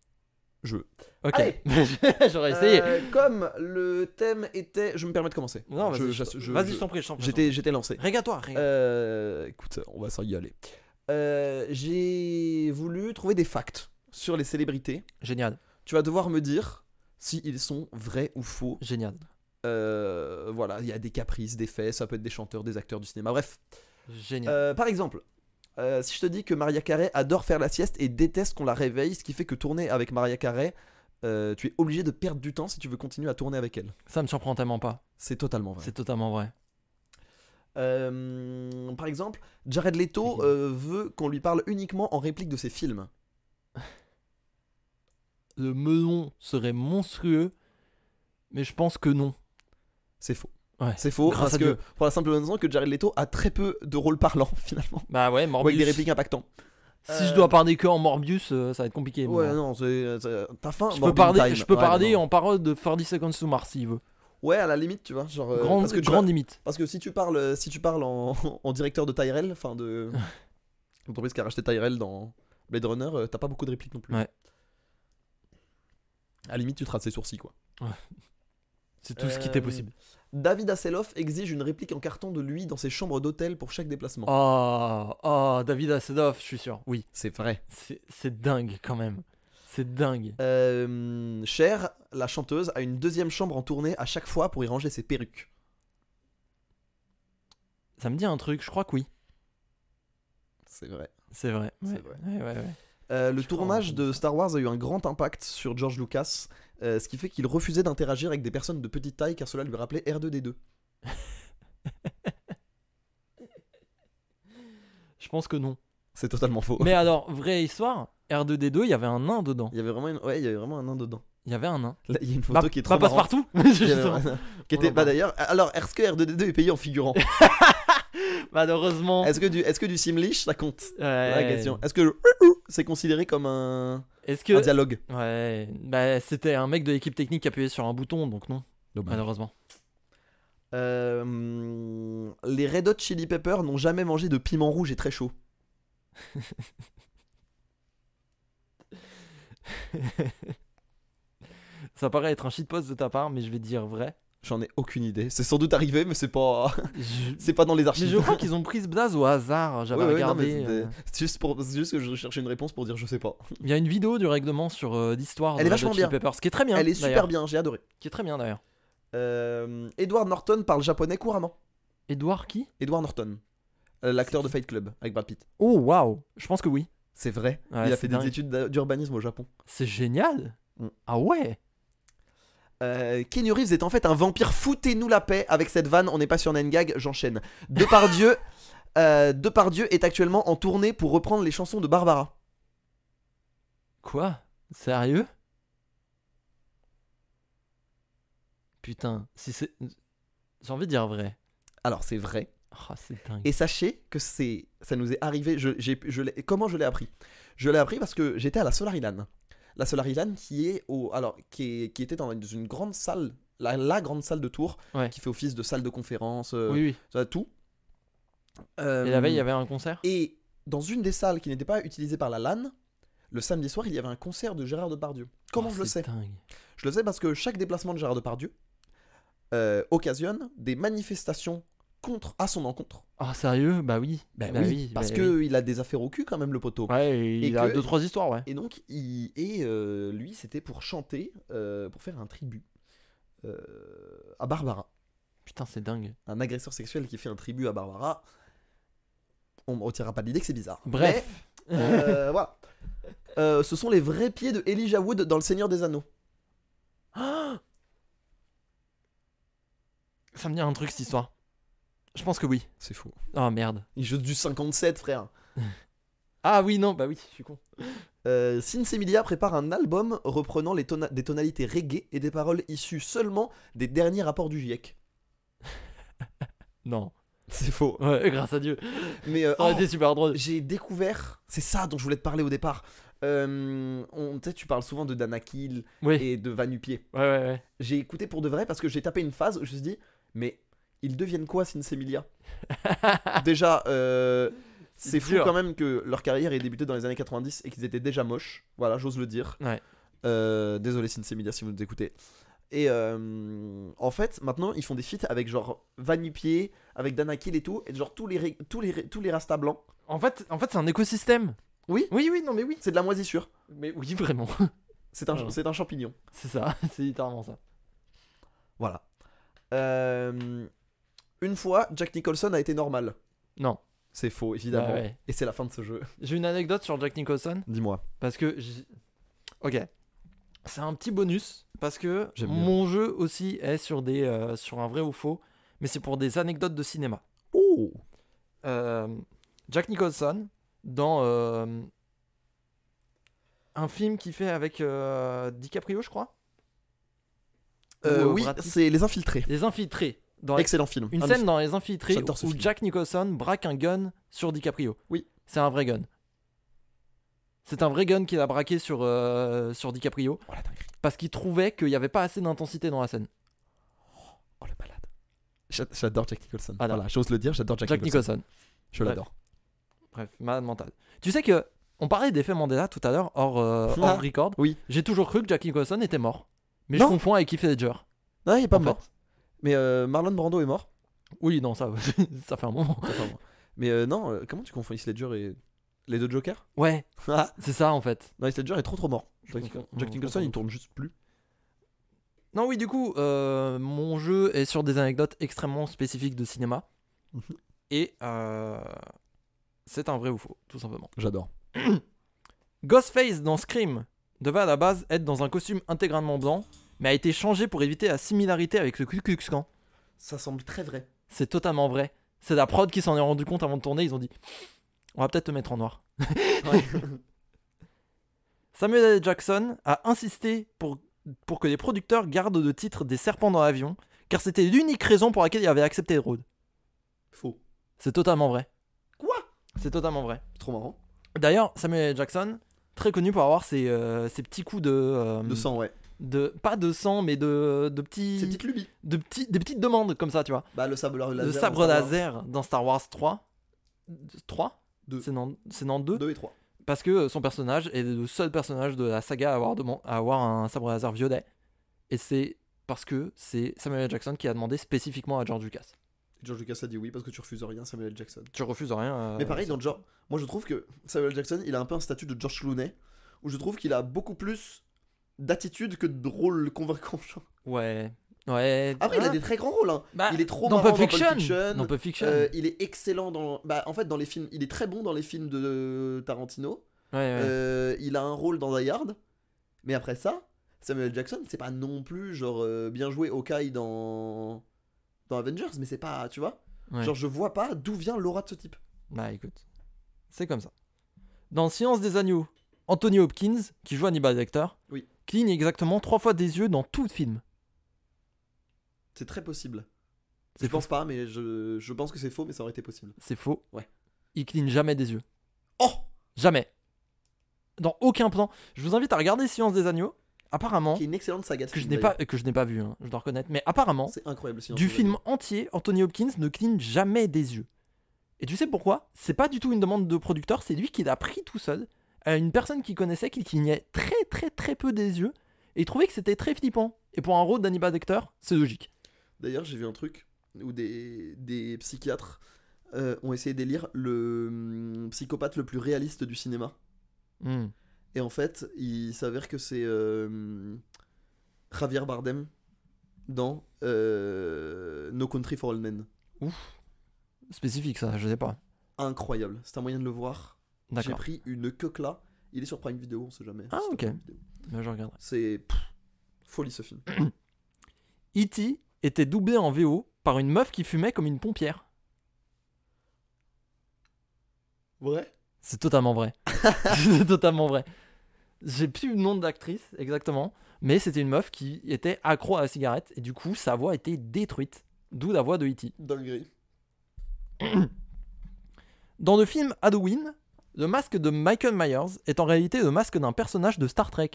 je. Ok. Allez. J'aurais essayé. Euh, comme le thème était, je me permets de commencer. Non, vas-y. Je- je- j'ass- je- Vas-y, je- je t'en prie, je t'en prie. J'étais, j'étais lancé. Régatoire, régatoire. Euh, écoute, on va s'en y aller. Euh, j'ai voulu trouver des facts sur les célébrités. Euh, Génial, Tu vas devoir me dire si ils sont vrais ou faux. génial. Euh, voilà, il y a des caprices, des faits, ça peut être des chanteurs, des acteurs du cinéma, bref. Génial. Euh, par exemple, euh, si je te dis que Maria Carré adore faire la sieste et déteste qu'on la réveille, ce qui fait que tourner avec Maria Carré, euh, tu es obligé de perdre du temps si tu veux continuer à tourner avec elle. Ça me surprend tellement pas. C'est totalement vrai. C'est totalement vrai. Euh, par exemple, Jared Leto C'est euh, veut qu'on lui parle uniquement en réplique de ses films. Le melon serait monstrueux, mais je pense que non. C'est faux. Ouais. C'est faux, Grâce à parce que Dieu. pour la simple bonne raison que Jared Leto a très peu de rôles parlants finalement, Bah ouais, ou avec Morbius. des répliques impactantes. Si je Euh, dois parler que en Morbius, euh, ça va être compliqué. mais Ouais, bon. non, c'est- c'est- t'as faim. Je peux Morbid parler, Time. je peux Ouais, parler non. en parole de 30 Seconds to Mars s'il veut. Ouais, à la limite, tu vois, genre. euh, grande parce que tu grande vas- limite. Parce que si tu parles, euh, si tu parles en, en directeur de Tyrell, enfin de l'entreprise qui a racheté Tyrell dans Blade Runner, euh, t'as pas beaucoup de répliques non plus. Ouais. À la limite, tu te rates ses sourcils, quoi. C'est tout ce qui était Euh, possible. David Asseloff exige une réplique en carton de lui dans ses chambres d'hôtel pour chaque déplacement. Oh, oh, David Assedoff, je suis sûr. Oui, C'est vrai. c'est c'est dingue quand même. C'est dingue. Euh, Cher, la chanteuse, a une deuxième chambre en tournée à chaque fois pour y ranger ses perruques. Ça me dit un truc, je crois que oui. C'est vrai. C'est vrai. C'est Ouais, vrai. ouais, ouais, ouais. Euh, le Je crois tournage entendre de Star Wars a eu un grand impact sur George Lucas, euh, ce qui fait qu'il refusait d'interagir avec des personnes de petite taille car cela lui rappelait R2D2. Je pense que non. C'est totalement faux. Mais alors, vraie histoire, R2D2, il y avait un nain dedans. Il y avait vraiment une... ouais, il y avait vraiment un nain dedans. Il y avait un nain. Bah, Là, il y a une photo Pas, qui est pas trop marrante. passe-partout Il y avait justement. un nain qui était On en bah parle. d'ailleurs alors est-ce que R2D2 est payé en figurant Malheureusement. Est-ce que du est-ce que du simlish ça compte Voilà la Ouais. question. Ah, Est-ce que le c'est considéré comme un, Est-ce un que. dialogue Ouais, bah, c'était un mec de l'équipe technique qui appuyait sur un bouton, donc non, malheureusement. Euh, les Red Hot Chili Peppers n'ont jamais mangé de piment rouge et très chaud. Ça paraît être un shitpost de ta part, mais je vais dire vrai. J'en ai aucune idée. C'est sans doute arrivé, mais c'est pas Je- c'est pas dans les Mais archives. je crois qu'ils ont pris ce blaze au hasard. J'avais Ouais, ouais, non, mais regardé. c'était- euh, c'est juste, pour... c'est juste que je cherchais une réponse pour dire je sais pas. Il y a une vidéo du règlement sur euh, l'histoire de Elle est Red Hot vachement Chili bien. Peppers, qui est très bien. Elle est d'ailleurs. super bien, j'ai adoré. Qui est très bien d'ailleurs. Euh, Edward Norton parle japonais couramment. Edouard qui Edward Norton, euh, l'acteur de Fight Club avec Brad Pitt. Oh waouh, je pense que oui. C'est vrai. Il Ouais, a c'est fait dingue. des études d'a- d'urbanisme au Japon. C'est génial. Mm. Ah ouais. Euh, Keanu Reeves est en fait un vampire. Foutez-nous la paix avec cette vanne. On n'est pas sur Nine Gag. J'enchaîne. Depardieu, euh, Depardieu est actuellement en tournée pour reprendre les chansons de Barbara. Quoi Sérieux Putain, si c'est. J'ai envie de dire vrai. Alors c'est vrai. Ah, c'est dingue. Et sachez que c'est, ça nous est arrivé. Je, j'ai- je l'ai- comment je l'ai appris Je l'ai appris parce que j'étais à la Solarilan. La Solarilan qui est au, alors qui, est- qui était dans une, une grande salle, la, la grande salle de Tours, Ouais. qui fait office de salle de conférence, euh, Oui, oui. ça, tout. Et euh, la veille, il y avait un concert Et dans une des salles qui n'était pas utilisée par la LAN, le samedi soir, il y avait un concert de Gérard Depardieu. Comment Ah, je le sais c'est dingue. Je le sais parce que chaque déplacement de Gérard Depardieu euh, occasionne des manifestations contre, à son encontre. Ah, sérieux Bah oui. Ben Bah oui, oui, parce bah que il a des affaires au cul quand même le poteau. Ouais, il Et a que- deux, trois histoires, ouais. Et donc il et euh, lui c'était pour chanter, euh, pour faire un tribut euh, à Barbara, Putain, c'est dingue. un agresseur sexuel qui fait un tribut à Barbara. On ne retirera pas l'idée que c'est bizarre. Bref. Mais, euh, voilà. Euh, ce sont les vrais pieds de Elijah Wood dans Le Seigneur des Anneaux. Ça me dit un truc, cette histoire. Je pense que oui. C'est fou. Ah, merde. Il joue du 57, frère. Ah oui, non, bah oui, je suis con. Euh, Sin Semilia prépare un album reprenant les tona- des tonalités reggae et des paroles issues seulement des derniers rapports du E GIEC. Non. C'est faux. Ouais, grâce à Dieu. Mais euh, Ça aurait oh, été super drôle. j'ai découvert, c'est ça dont je voulais te parler au départ. Euh, on, tu sais, tu parles souvent de Danakil Oui, et de Vanupier. ouais, ouais, ouais. J'ai écouté pour de vrai parce que j'ai tapé une phase où je me suis dit, mais ils deviennent quoi, Sin Semilia Déjà, euh, c'est C'est fou dur. quand même que leur carrière ait débuté dans les années 90 et qu'ils étaient déjà moches. Voilà, j'ose le dire. Ouais. Euh, désolé, Sin Semilia, si vous nous écoutez. Et euh, en fait, maintenant, ils font des feats avec genre Vanupier, avec Danakil et tout, et genre tous les, ré- tous les, ré- tous les Rasta blancs. En fait, en fait c'est un écosystème. Oui. Oui, oui, non, mais oui. C'est de la moisissure. Mais oui, vraiment. C'est un, Ah. c'est un champignon. C'est ça, c'est littéralement ça. Voilà. Euh, une fois, Jack Nicholson a été normal. Non. C'est faux, évidemment. Bah ouais. Et c'est la fin de ce jeu. J'ai une anecdote sur Jack Nicholson. Dis-moi. Parce que. j'ai- Ok. C'est un petit bonus. Parce que J'aime bien. mon jeu aussi est sur, des, euh, sur un vrai ou faux. Mais c'est pour des anecdotes de cinéma. Oh euh, Jack Nicholson dans euh, un film qu'il fait avec euh, DiCaprio, je crois. Ou, euh, Oui, Brad Pitt. euh, c'est Les Infiltrés. Les Infiltrés. dans Excellent film. Ah, une Un scène dans Les Infiltrés J'adore ce où film. Jack Nicholson braque un gun sur DiCaprio. Oui. C'est un vrai gun. C'est un vrai gun qu'il a braqué sur, euh, sur DiCaprio des- Oh la dinguerie. parce qu'il trouvait qu'il n'y avait pas assez d'intensité dans la scène. Oh le malade. J'a- J'adore Jack Nicholson. Voilà. Voilà, j'ose le dire, j'adore Jack, Jack Nicholson. Nicholson. Je Ouais. l'adore. Bref, malade mental. Tu sais que on parlait d'effet Mandela tout à l'heure hors, euh, Ah, hors record. oui. J'ai toujours cru que Jack Nicholson était mort. Mais Non. je confonds avec Heath Ledger. Non, il est pas En fait. mort. Mais euh, Marlon Brando est mort. Oui, non, ça, ça fait un moment. Enfin, moi. Mais euh, non, euh, comment tu confonds Heath Ledger et les deux Jokers Ouais, Ah, c'est ça en fait. Non, Heath Ledger est trop trop mort. Jack, comprends- Jack je Nicholson, comprends. il tourne juste plus. Non, oui, du coup, euh, mon jeu est sur des anecdotes extrêmement spécifiques de cinéma. Mhm. Et euh, c'est un vrai ou faux, tout simplement. J'adore. Ghostface dans Scream devait à la base être dans un costume intégralement blanc, mais a été changé pour éviter la similarité avec le Ku Klux Klan. Ça semble très vrai. C'est totalement vrai. C'est la prod qui s'en est rendu compte avant de tourner, ils ont dit On va peut-être te mettre en noir. Samuel L. Jackson a insisté pour, pour que les producteurs gardent le titre des serpents dans l'avion, car c'était l'unique raison pour laquelle il avait accepté le rôle. Faux. C'est totalement vrai. Quoi C'est totalement vrai. Trop marrant. D'ailleurs, Samuel L. Jackson, très connu pour avoir ses, euh, ses petits coups de, euh, De sang, ouais. de- Pas de sang, mais de, de, petits, C'est petite lubie. de petits- des petites demandes comme ça, tu vois. Bah, le sabre laser. dans le sabre Star Wars. laser dans Star Wars 3. 3 Deux. C'est dans, c'est dans 2 2 et 3. parce que son personnage est le seul personnage de la saga à avoir, deman- à avoir un sabre laser violet. Et c'est parce que c'est Samuel L. Jackson qui a demandé spécifiquement à George Lucas. George Lucas a dit oui parce que tu refuses rien, Samuel L. Jackson. Tu refuses rien. euh, Mais pareil, dans George. Moi, je trouve que Samuel L. Jackson, il a un peu un statut de George Clooney, où je trouve qu'il a beaucoup plus d'attitude que de rôle convaincant. genre. Ouais. Ouais. Après, il a hein, des très grands rôles. hein. bah, il est trop dans marrant Pulp dans Pulp Fiction. Fiction. Dans Pulp Fiction. Euh, il est excellent dans. Bah, en fait, dans les films, il est très bon dans les films de euh, Tarantino. Ouais, ouais. Euh, il a un rôle dans Die Hard. Mais après ça, Samuel L. Jackson, c'est pas non plus genre euh, bien joué Hawkeye dans dans Avengers, mais c'est pas, tu vois. Ouais. Genre, je vois pas d'où vient l'aura de ce type. Bah écoute. C'est comme ça. Dans Science des agneaux, Anthony Hopkins, qui joue Hannibal Lecter, Oui. cligne exactement trois fois des yeux dans tout le film. C'est très possible. C'est Je faux. pense pas, mais je, je pense que c'est faux, mais ça aurait été possible. C'est faux. Ouais. Il cligne jamais des yeux. Oh Jamais. Dans aucun plan. Je vous invite à regarder Science des agneaux. Apparemment, Qui est une excellente saga. de que je film, n'ai pas, d'ailleurs. que je n'ai pas vu, hein, je dois reconnaître. Mais apparemment, C'est incroyable. Silence du des film entier, Anthony Hopkins ne cligne jamais des yeux. Et tu sais pourquoi C'est pas du tout une demande de producteur, c'est lui qui l'a pris tout seul à une personne qu'il connaissait qui clignait très très très peu des yeux et il trouvait que c'était très flippant. Et pour un rôle d'Hannibal Lecter, c'est logique. Agneaux. D'ailleurs, j'ai vu un truc où des, des psychiatres euh, ont essayé d'élire le hum, psychopathe le plus réaliste du cinéma. Hmm. Et en fait, il s'avère que c'est euh, hum, Javier Bardem dans euh, No Country for All Men. Spécifique ça, je sais pas. Incroyable. C'est un moyen de le voir. J'ai D'accord. pris une queue là. Il est sur Prime Video, on sait jamais. Ah, C'est sur ok. Prime Video. Bah, je regarderai. C'est pff, folie ce film. E.T. E était doublé en VO par une meuf qui fumait comme une pompière. Vrai C'est totalement vrai. c'est totalement vrai. J'ai plus le nom de l'actrice exactement, mais c'était une meuf qui était accro à la cigarette et du coup sa voix était détruite, d'où la voix de E E.T. Dinguerie. Dans le film Halloween, le masque de Michael Myers est en réalité le masque d'un personnage de Star Trek.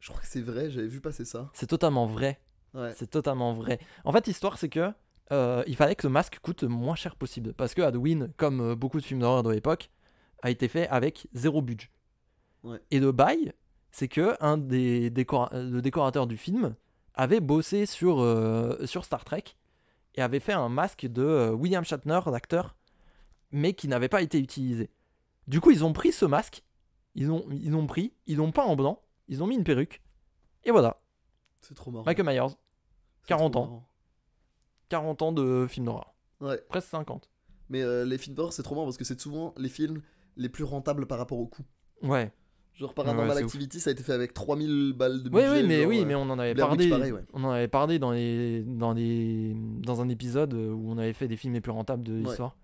Je crois que c'est vrai, j'avais vu passer ça. C'est totalement vrai. Ouais. Euh, C'est totalement vrai. En fait, l'histoire, c'est que euh, il fallait que le masque coûte le moins cher possible. Parce que Halloween, comme euh, beaucoup de films d'horreur de l'époque, a été fait avec zéro budget. Ouais. Et le bail, c'est que un des décora- euh, le décorateur du film avait bossé sur, euh, sur Star Trek et avait fait un masque de euh, William Shatner, l'acteur, mais qui n'avait pas été utilisé. Du coup, ils ont pris ce masque, ils l'ont ils l'ont pris, ils l'ont peint en blanc, ils ont mis une perruque, et voilà, C'est trop marrant. Michael Myers. C'est 40 trop ans. marrant. 40 ans de films d'horreur. Ouais. Presque 50. Mais euh, les films d'horreur, c'est trop marrant parce que c'est souvent les films les plus rentables par rapport au coût. Ouais. Genre Paranormal Ouais, ouais, c'est Activity, ça a été fait avec 3000 balles de Oui, budget. oui, mais genre, oui, euh, mais on en avait Blair Witch, parlé. pareil, ouais. On en avait parlé dans les, dans les, dans un épisode où on avait fait des films les plus rentables de Ouais. l'histoire.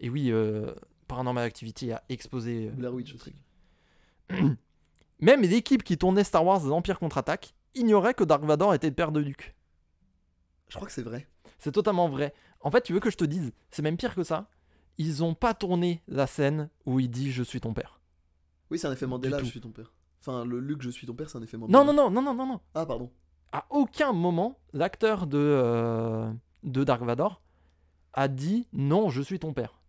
Et oui, euh, Paranormal Activity a explosé. euh, Blair Witch, ce le truc. Même l'équipe qui tournait Star Wars l'Empire contre-attaque ignorait que Dark Vador était le père de Luke. Je crois que c'est vrai. C'est totalement vrai. En fait, tu veux que je te dise, c'est même pire que ça. Ils ont pas tourné la scène où il dit je suis ton père. Oui, c'est un effet Mandela, tout. je suis ton père. Enfin, le Luc, je suis ton père, c'est un effet Mandela. Non, non, non, non, non, non, non. Ah, pardon. À aucun moment, l'acteur de, euh, de Dark Vador a dit non, je suis ton père.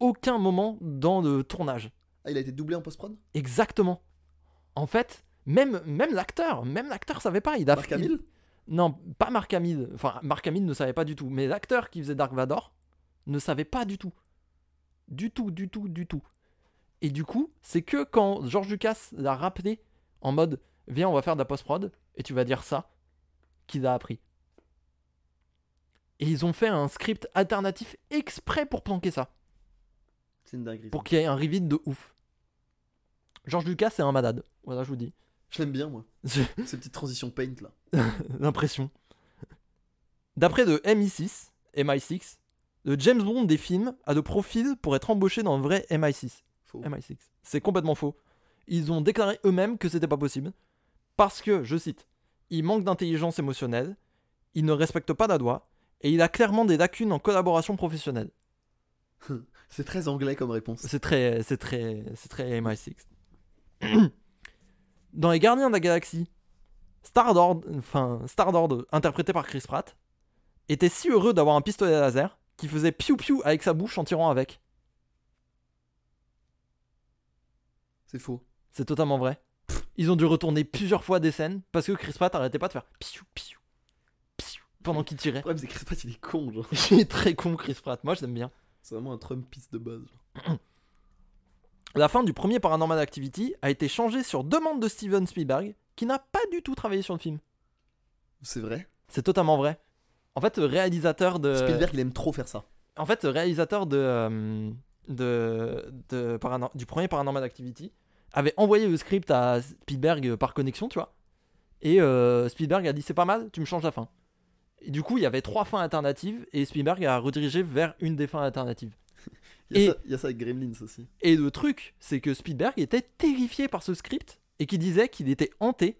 Aucun moment dans le tournage. Ah, il a été doublé en post-prod Exactement. En fait, même, même l'acteur, même l'acteur savait pas. Il a Marc il- Hamill Non, pas Mark Hamill. Enfin, Mark Hamill ne savait pas du tout. Mais l'acteur qui faisait Dark Vador ne savait pas du tout. Du tout, du tout, du tout. Et du coup, c'est que quand George Lucas l'a rappelé en mode Viens, on va faire de la post-prod et tu vas dire ça, qu'il a appris. Et ils ont fait un script alternatif exprès pour planquer ça, C'est une dinguerie. ça. pour qu'il y ait un reveal de ouf. George Lucas c'est un malade, voilà, je vous dis. Je l'aime bien, moi. Ces petites transitions paint, là. l'impression. D'après de MI6, MI6, le James Bond des films a de profil pour être embauché dans le vrai MI6. Faux. MI6. C'est complètement faux. Ils ont déclaré eux-mêmes que c'était pas possible parce que, je cite, il manque d'intelligence émotionnelle, il ne respecte pas la loi et il a clairement des lacunes en collaboration professionnelle. C'est très anglais comme réponse. C'est très, c'est très, c'est très MI6. Dans les Gardiens de la Galaxie, Star-Lord, enfin Star-Lord, interprété par Chris Pratt, était si heureux d'avoir un pistolet laser qu'il faisait piou piou avec sa bouche en tirant avec. C'est faux. C'est totalement vrai. Ils ont dû retourner plusieurs fois des scènes parce que Chris Pratt arrêtait pas de faire piou piou piou pendant qu'il Le tirait. problème, c'est que Chris Pratt, il est con, genre. Il est très con Chris Pratt. Moi, je l'aime bien. C'est vraiment un Trumpiste de base. genre. La fin du premier Paranormal Activity a été changée sur demande de Steven Spielberg, qui n'a pas du tout travaillé sur le film. C'est vrai C'est totalement vrai. En fait, le réalisateur de. Spielberg, il aime trop faire ça. En fait, le réalisateur de, euh, de, de Parano- du premier Paranormal Activity avait envoyé le script à Spielberg euh, par connexion, tu vois. Et euh, Spielberg a dit c'est pas mal, tu me changes la fin. Et du coup, il y avait trois fins alternatives et Spielberg a redirigé vers une des fins alternatives. Il y, a Et- ça il y a ça avec Gremlins aussi. Et le truc, c'est que Spielberg était terrifié par ce script et qu'il disait qu'il était hanté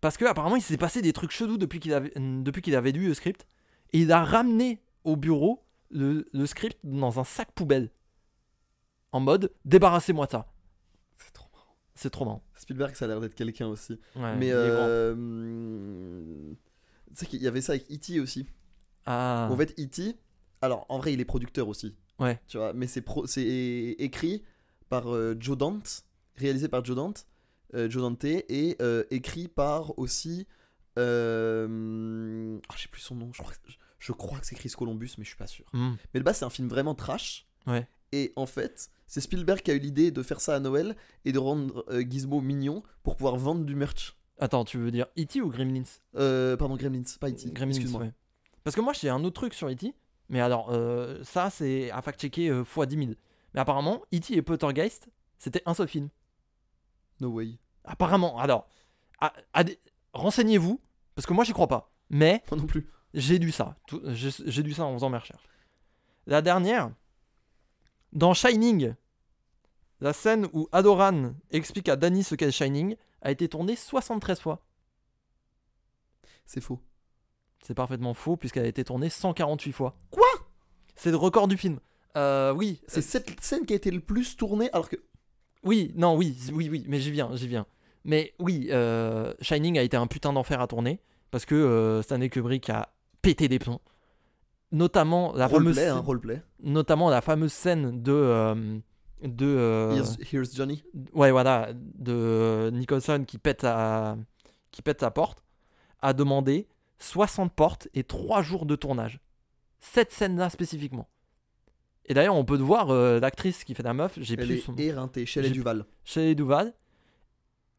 parce que apparemment il s'est passé des trucs chelous depuis qu'il avait euh, depuis qu'il avait lu le script et il a ramené au bureau le, le script dans un sac poubelle en mode débarrassez-moi de ça. C'est trop marrant. C'est trop marrant. Spielberg, ça a l'air d'être quelqu'un aussi. Ouais, il Mais est euh, hum, tu sais qu'il y avait ça avec E.T. aussi. grand. Ah. En fait, E.T., alors en vrai, il est producteur aussi. Ouais. Tu vois, mais c'est pro- c'est écrit par euh, Joe Dante, réalisé par Joe Dante, euh, Joe Dante, et euh, écrit par aussi. Euh, ah, j'ai plus son nom, je crois, que- je- je crois que c'est Chris Columbus, mais je suis pas sûr. Hmm. Mais le bas, c'est un film vraiment trash. Ouais. Et en fait, c'est Spielberg qui a eu l'idée de faire ça à Noël et de rendre euh, Gizmo mignon pour pouvoir vendre du merch. Attends, tu veux dire E.T. ou Gremlins Euh, pardon, Gremlins, pas E.T. Gremlins, Excuse-moi. ouais. Parce que moi j'ai un autre truc sur E.T. Mais alors, euh, ça c'est à fact-checker euh, fois 10 000. Mais apparemment, E E.T. et Poltergeist, c'était un seul film. No way. Apparemment, alors, à- à des- renseignez-vous, parce que moi j'y crois pas, mais Moi non plus. j'ai lu ça, tout- j'ai j'ai lu ça en faisant mes recherches. La dernière, dans Shining, la scène où Adoran explique à Danny ce qu'est Shining a été tournée 73 fois. C'est faux. C'est parfaitement faux puisqu'elle a été tournée 148 fois. Quoi C'est le record du film. Euh, oui, C'est cette scène qui a été le plus tournée alors que. Oui, non, oui, oui, oui, mais j'y viens, j'y viens. Mais oui, euh, Shining a été un putain d'enfer à tourner parce que euh, Stanley Kubrick a pété des plombs. Notamment la fameuse, Roleplay, hein, roleplay. notamment la fameuse scène de euh, de euh, Here's, here's Johnny. ouais voilà de Nicholson qui pète à qui pète sa porte a demandé 60 portes et 3 jours de tournage. Cette scène-là spécifiquement. Et d'ailleurs, on peut voir euh, l'actrice qui fait la meuf, j'ai Elle plus est son éreintée chez les J'ai- Duval. chez les Duval,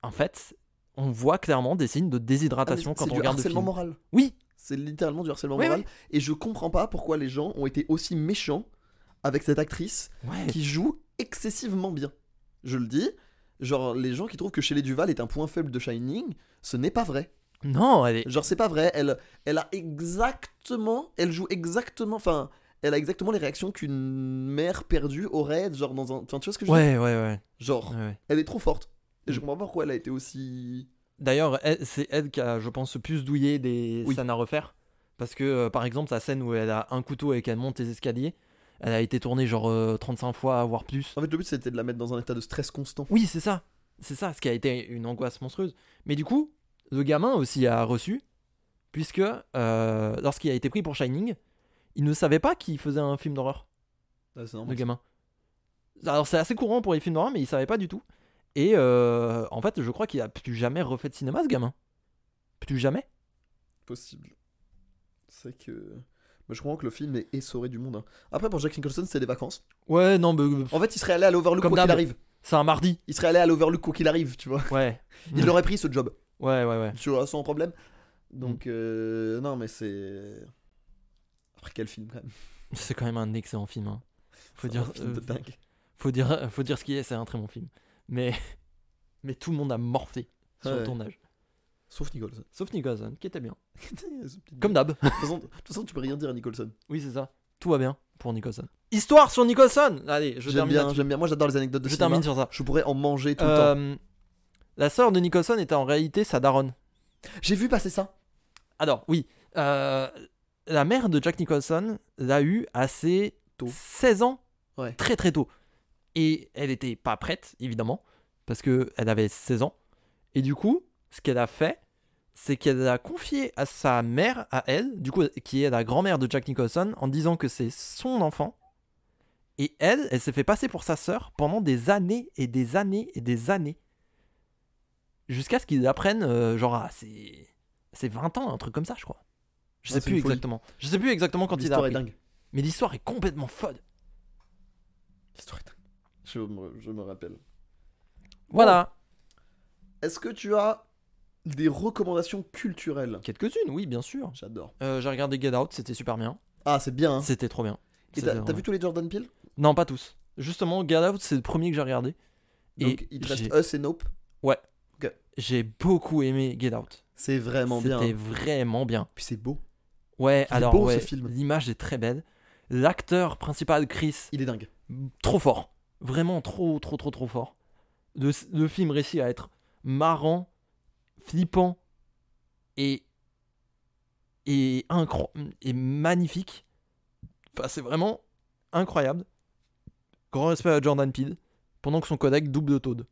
en fait, on voit clairement des signes de déshydratation Ah, mais quand c'est on du regarde le harcèlement film. moral. Oui, C'est littéralement du harcèlement Oui, moral. Et je comprends pas pourquoi les gens ont été aussi méchants avec cette actrice ouais. qui joue excessivement bien. Je le dis, genre les gens qui trouvent que Shelley Duval est un point faible de Shining, ce n'est pas vrai. Non, elle est... Genre c'est pas vrai, elle elle a exactement, elle joue exactement enfin, elle a exactement les réactions qu'une mère perdue aurait genre dans un enfin tu vois ce que je veux Ouais, ouais, ouais, dire Genre ouais, ouais. elle est trop forte. Et je Mm. comprends pas pourquoi elle a été aussi D'ailleurs, Ed- c'est Ed qui a, je pense, le plus douillé des Oui. scènes à refaire. Parce que, euh, par exemple, sa scène où elle a un couteau et qu'elle monte les escaliers, elle a été tournée genre euh, 35 fois, voire plus. En fait, le but c'était de la mettre dans un état de stress constant. Oui, c'est ça. C'est ça, ce qui a été une angoisse monstrueuse. Mais du coup, le gamin aussi a reçu, puisque euh, lorsqu'il a été pris pour Shining, il ne savait pas qu'il faisait un film d'horreur. Ah, c'est le normal. gamin. Alors c'est assez courant pour les films d'horreur, mais il savait pas du tout. Et euh, en fait, je crois qu'il a plus jamais refait de cinéma, ce gamin. Plus jamais. possible. C'est que. Moi, je crois que le film est essoré du monde. hein. Après, pour Jack Nicholson, c'était des vacances. Ouais, non, mais En fait, il serait allé à l'Overlook Comme quoi qu'il d'hab. arrive. c'est un mardi. Il serait allé à l'Overlook quoi qu'il arrive, tu vois. Ouais, Il aurait pris ce job, ouais, ouais, ouais. tu vois, sans problème. Mm. Donc, euh, non, mais c'est. Après, quel film, quand même. C'est quand même un excellent film. hein. Faut C'est dire, un film de euh, dingue. faut dire, euh, faut dire ce qu'il est. C'est un très bon film. Mais, mais tout le monde a morfé sur le Ouais. tournage, Sauf Nicholson. sauf Nicholson qui était bien. Ce petit- Comme d'hab. De toute façon- de toute façon, tu peux rien dire à Nicholson. oui, c'est ça. Tout va bien pour Nicholson. Histoire sur Nicholson. Allez, je J'aime termine. bien, là-dessus. j'aime bien. Moi, j'adore les anecdotes de je cinéma. termine sur ça. Je pourrais en manger tout le temps. Euh, la sœur de Nicholson était en réalité sa daronne. J'ai vu passer ça. Alors, oui. euh, la mère de Jack Nicholson l'a eu à ses Tôt. 16 ans. Ouais. Très très tôt. Et elle était pas prête, évidemment, parce que elle avait 16 ans. Et du coup, ce qu'elle a fait, c'est qu'elle l'a confié à sa mère, à elle, du coup, qui est la grand-mère de Jack Nicholson, en disant que c'est son enfant. Et elle, elle s'est fait passer pour sa sœur pendant des années et des années et des années. Jusqu'à ce qu'ils apprennent, euh, genre, à ses... ses 20 ans, un truc comme ça, je crois. Je Ah, sais c'est plus une folie. exactement. Je sais plus exactement quand il a L'histoire est appris. dingue. Mais l'histoire est complètement folle. L'histoire est dingue. Je me, je me rappelle. Oh, Voilà. Est-ce que tu as des recommandations culturelles Quelques-unes, oui, bien sûr. J'adore. Euh, j'ai regardé Get Out, c'était super bien. Ah, c'est bien. hein. C'était trop bien. Et C'était t'as t'as vraiment- vu tous les Jordan Peele Non, pas tous. Justement, Get Out, c'est le premier que j'ai regardé. Donc et il te reste j'ai- Us et Nope. J'ai beaucoup aimé Get Out. C'est vraiment bien. C'était vraiment bien. Puis c'est beau. Il Ouais, est alors beau, ce ouais, film. l'image est très belle. L'acteur principal, Chris, Il est dingue. trop fort. Vraiment trop, trop, trop, trop fort. Le, le film réussit à être marrant, flippant et, et, incro- et magnifique. Enfin, c'est vraiment incroyable. Grand respect à Jordan Peele, pendant que son collègue double de Toad.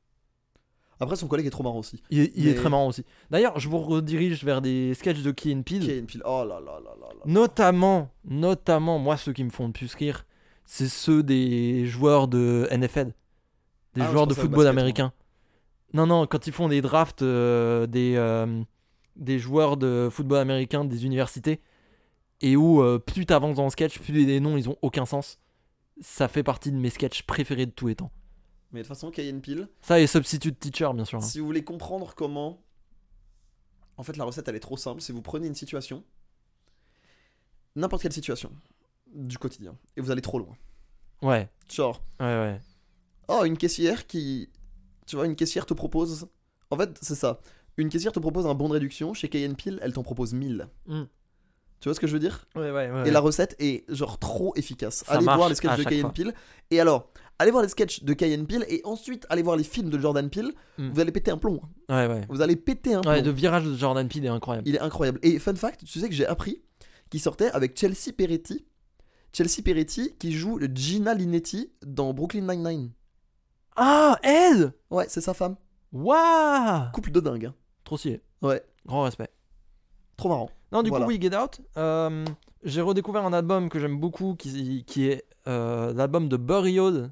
Après, son collègue est trop marrant aussi. Il, est- il est Mais- très marrant aussi. D'ailleurs, je vous redirige vers des sketchs de Key and Peele. Key and Peele. Oh là là là là là. Notamment, notamment, moi, ceux qui me font le plus rire, c'est ceux des joueurs de NFL, des Ah, je joueurs de pensais au football basket, américain. Non, non, quand ils font des drafts euh, des, euh, des joueurs de football américain des universités, et où euh, plus t'avances dans le sketch, plus les- les noms, ils ont aucun sens. Ça fait partie de mes sketchs préférés de tous les temps. Mais de toute façon, Key and Peele, Ça et Substitute Teacher, bien sûr. hein. si vous voulez comprendre comment. En fait, la recette, elle est trop simple. Si vous prenez une situation, n'importe quelle situation du quotidien, et vous allez trop loin. Ouais, Genre, ouais, ouais. Oh, une caissière qui. Tu vois, une caissière te propose. En fait, c'est ça. Une caissière te propose un bon de réduction. Chez Cayenne Peel, elle t'en propose 1000. Mm. Tu vois ce que je veux dire Ouais, ouais, Et la recette est genre trop efficace. Ça allez marche voir les à sketchs de chaque Cayenne fois. Peel. Et alors, allez voir les sketchs de Cayenne Peel et ensuite allez voir les films de Jordan Peel. Mm. Vous allez péter un plomb. hein. Ouais, ouais. Vous allez péter un plomb. Ouais, le virage de Jordan Peele est incroyable. Il est incroyable. Et fun fact, tu sais que j'ai appris qu'il sortait avec Chelsea Peretti. Chelsea Peretti qui joue Gina Linetti dans Brooklyn Nine-Nine. Ah, elle Ouais, c'est sa femme. Waouh Couple de dingue. hein. Trop stylé. Ouais. Grand respect. Trop marrant. Non, du Voilà. coup, oui, Get Out. euh, J'ai redécouvert un album que j'aime beaucoup qui, qui est euh, l'album de Burial.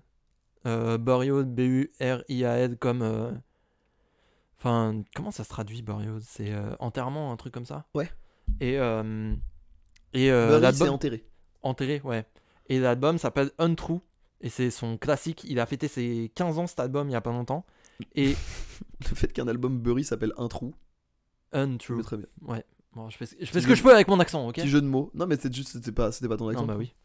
Euh, Burial, B-U-R-I-A-L, comme. euh, Enfin, comment ça se traduit, Burial C'est euh, enterrement, un truc comme ça Ouais. Et. euh, et Euh, euh, c'est l'album. enterré. Enterré, ouais. Et l'album s'appelle Untrue. Et c'est son classique. Il a fêté ses 15 ans cet album il y a pas longtemps. Et Le fait qu'un album Bury s'appelle Un Trou, je Untrue. très bien. Bon, je fais, ce- je fais ce que je peux avec mon accent, ok Petit jeu de mots. Non, mais c'est juste, c'était pas, c'était pas ton accent. Non, bah oui.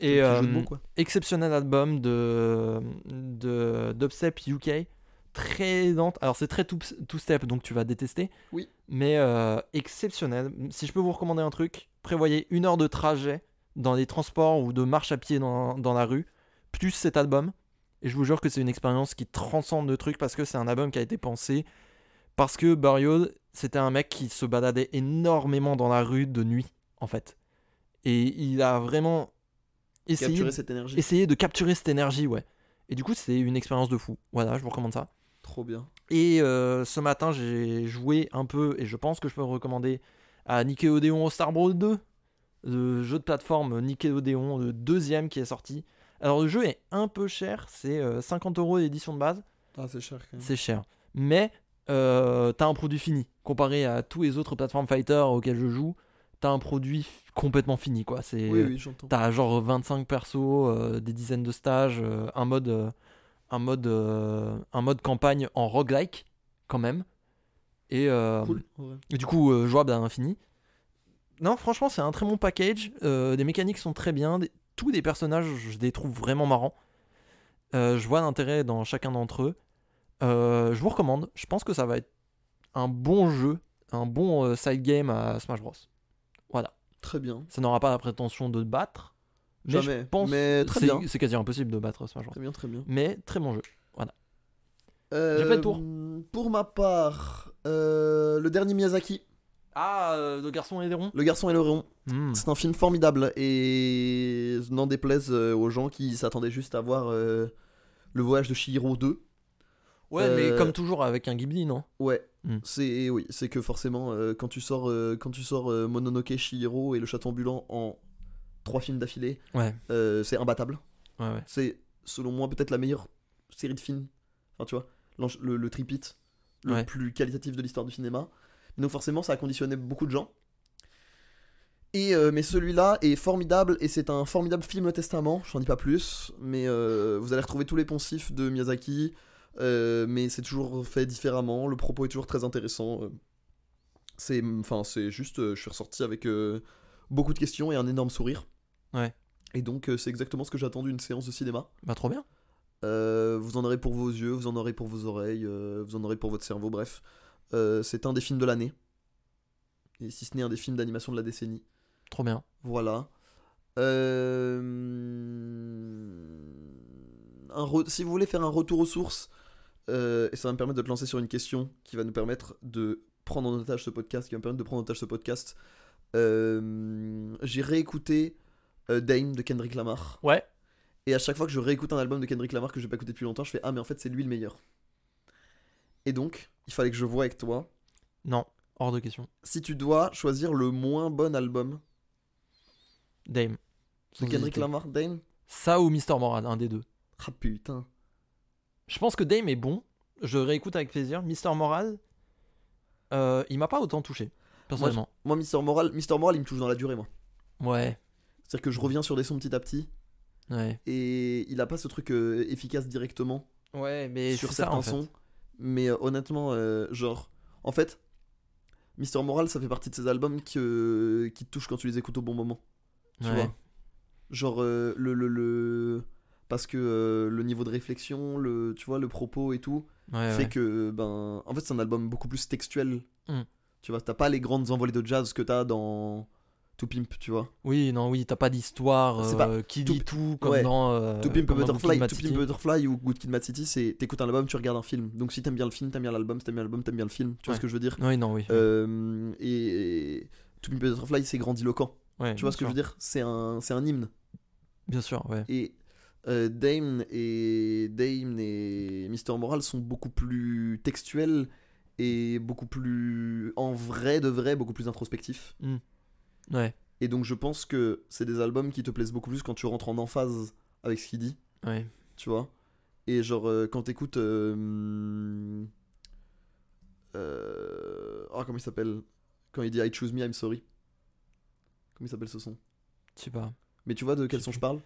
C'est Et un petit jeu de euh, mots, quoi. exceptionnel album de, de dubstep UK, très lente. Alors c'est très two- two-step, donc tu vas détester. Oui. Mais euh, exceptionnel. Si je peux vous recommander un truc, prévoyez une heure de trajet dans les transports ou de marche à pied dans, dans la rue, plus cet album. Et je vous jure que c'est une expérience qui transcende le truc parce que c'est un album qui a été pensé Parce que Barrios, c'était un mec qui se baladait énormément dans la rue de nuit, en fait. Et il a vraiment essayé, Capturer cette énergie. essayé de capturer cette énergie, ouais. Et du coup, c'est une expérience de fou. Voilà, je vous recommande ça. Trop bien. Et euh, ce matin, j'ai joué un peu, et je pense que je peux recommander à Nickelodeon Star Brawl 2, le jeu de plateforme Nickelodeon, le deuxième qui est sorti. Alors, le jeu est un peu cher, c'est euh, 50 euros l'édition de base, Ah, c'est cher quand même. c'est cher. Mais euh, t'as un produit fini. Comparé à tous les autres plateformes fighter auxquelles je joue, t'as un produit f- complètement fini, quoi. C'est, euh, Oui, oui, j'entends. T'as genre 25 persos, euh, des dizaines de stages, euh, un mode, euh, un mode, euh, un mode campagne en roguelike quand même. Et, euh, Cool. ouais. et du coup, euh, jouable à l'infini. Non, franchement, c'est un très bon package. euh, les mécaniques sont très bien. des- tous les personnages, je les trouve vraiment marrants. Euh, je vois l'intérêt dans chacun d'entre eux. Euh, je vous recommande. Je pense que ça va être un bon jeu, un bon euh, side game à Smash Bros. Très bien. Ça n'aura pas la prétention de battre. Mais je Jamais. pense Mais très c'est- bien. C'est quasi impossible de battre Smash Bros. Très bien, très bien. Mais très bon jeu. Euh, fait le tour. Pour ma part, euh, le dernier Miyazaki, Ah, le garçon et les ronds Le garçon et le lion. Hmm. C'est un film formidable et n'en déplaise euh, aux gens qui s'attendaient juste à voir euh, Le voyage de Chihiro 2. Ouais, Euh, mais comme toujours avec un Ghibli, non Ouais, Hmm. c'est oui, c'est que forcément euh, quand tu sors euh, quand tu sors euh, Mononoke Chihiro et le chaton ambulant en trois films d'affilée, Ouais, euh, c'est imbattable. ouais, ouais. C'est selon moi peut-être la meilleure série de films. Enfin, tu vois, l'enche- le, le triptyque le Ouais. plus qualitatif de l'histoire du cinéma. Donc forcément, ça a conditionné beaucoup de gens. Et euh, mais celui-là est formidable et c'est un formidable film testament. Je n'en dis pas plus, mais euh, vous allez retrouver tous les poncifs de Miyazaki. euh, mais c'est toujours fait différemment. Le propos est toujours très intéressant. euh. C'est, enfin, c'est juste, euh, je suis ressorti avec euh, beaucoup de questions et un énorme sourire. Ouais. Et donc, euh, c'est exactement ce que j'attends d'une séance de cinéma. Bah, trop bien. Euh, vous en aurez pour vos yeux, vous en aurez pour vos oreilles, euh, vous en aurez pour votre cerveau, bref. Euh, c'est un des films de l'année. Et si ce n'est un des films d'animation de la décennie. Trop bien. Voilà. Euh, un re- Si vous voulez faire un retour aux sources, euh, et ça va me permettre de te lancer sur une question qui va nous permettre de prendre en otage ce podcast, qui va me permettre de prendre en otage ce podcast. Euh, J'ai réécouté euh, Dame de Kendrick Lamar. Ouais. Et à chaque fois que je réécoute un album de Kendrick Lamar que j'ai pas écouté depuis longtemps, je fais Ah, mais en fait, c'est lui le meilleur. Et donc, il fallait que je voie avec toi. Non, hors de question. Si tu dois choisir le moins bon album Dame. de Sans Kendrick hésiter. Lamar, Dame Ça ou Mister Moral, un des deux. Ah putain. Je pense que Dame est bon. Je réécoute avec plaisir. Mister Moral, euh, il m'a pas autant touché, personnellement. Moi, Mister Moral, Mister Moral, il me touche dans la durée, moi. Ouais, C'est-à-dire que je reviens sur des sons petit à petit ouais. et il a pas ce truc euh, efficace directement Ouais, mais sur c'est ça, certains en fait. sons. Mais euh, honnêtement, euh, genre, en fait, Mister Moral, ça fait partie de ces albums qui, euh, qui te touchent quand tu les écoutes au bon moment. tu Ouais. vois. Genre, euh, le, le, le- Parce que euh, le niveau de réflexion, le, tu vois, le propos et tout, Ouais, fait ouais. que, ben, en fait, c'est un album beaucoup plus textuel. Mm. Tu vois, t'as pas les grandes envolées de jazz que t'as dans To Pimp, tu vois. Oui, non, oui, t'as pas d'histoire C'est euh, pas- qui tout- dit tout comme ouais. dans. euh, To Pimp a comme dans Butterfly, Booking To Matsuki. Pimp a Butterfly ou Good Kid, Mad City, c'est t'écoutes un album, tu regardes un film. Donc si t'aimes bien le film, t'aimes bien l'album, si t'aimes bien l'album, t'aimes bien le film. Tu vois Ouais. ce que je veux dire Oui, non, oui. Euh, et, et To Pimp a Butterfly, c'est grandiloquent. Ouais, Tu vois bien ce que je sûr. veux dire C'est un, c'est un hymne. Bien sûr, ouais. Et euh, Dame et Dame et Mister Moral sont beaucoup plus textuels et beaucoup plus en vrai de vrai, beaucoup plus introspectifs. Ouais. Et donc je pense que c'est des albums qui te plaisent beaucoup plus quand tu rentres en emphase avec ce qu'il dit. Ouais. tu vois. Et genre, euh, quand t'écoutes. Euh, hum, euh, oh, comment il s'appelle Quand il dit I choose me, I'm sorry. Comment il s'appelle ce son Je sais pas. Mais tu vois de quel sais son plus. je parle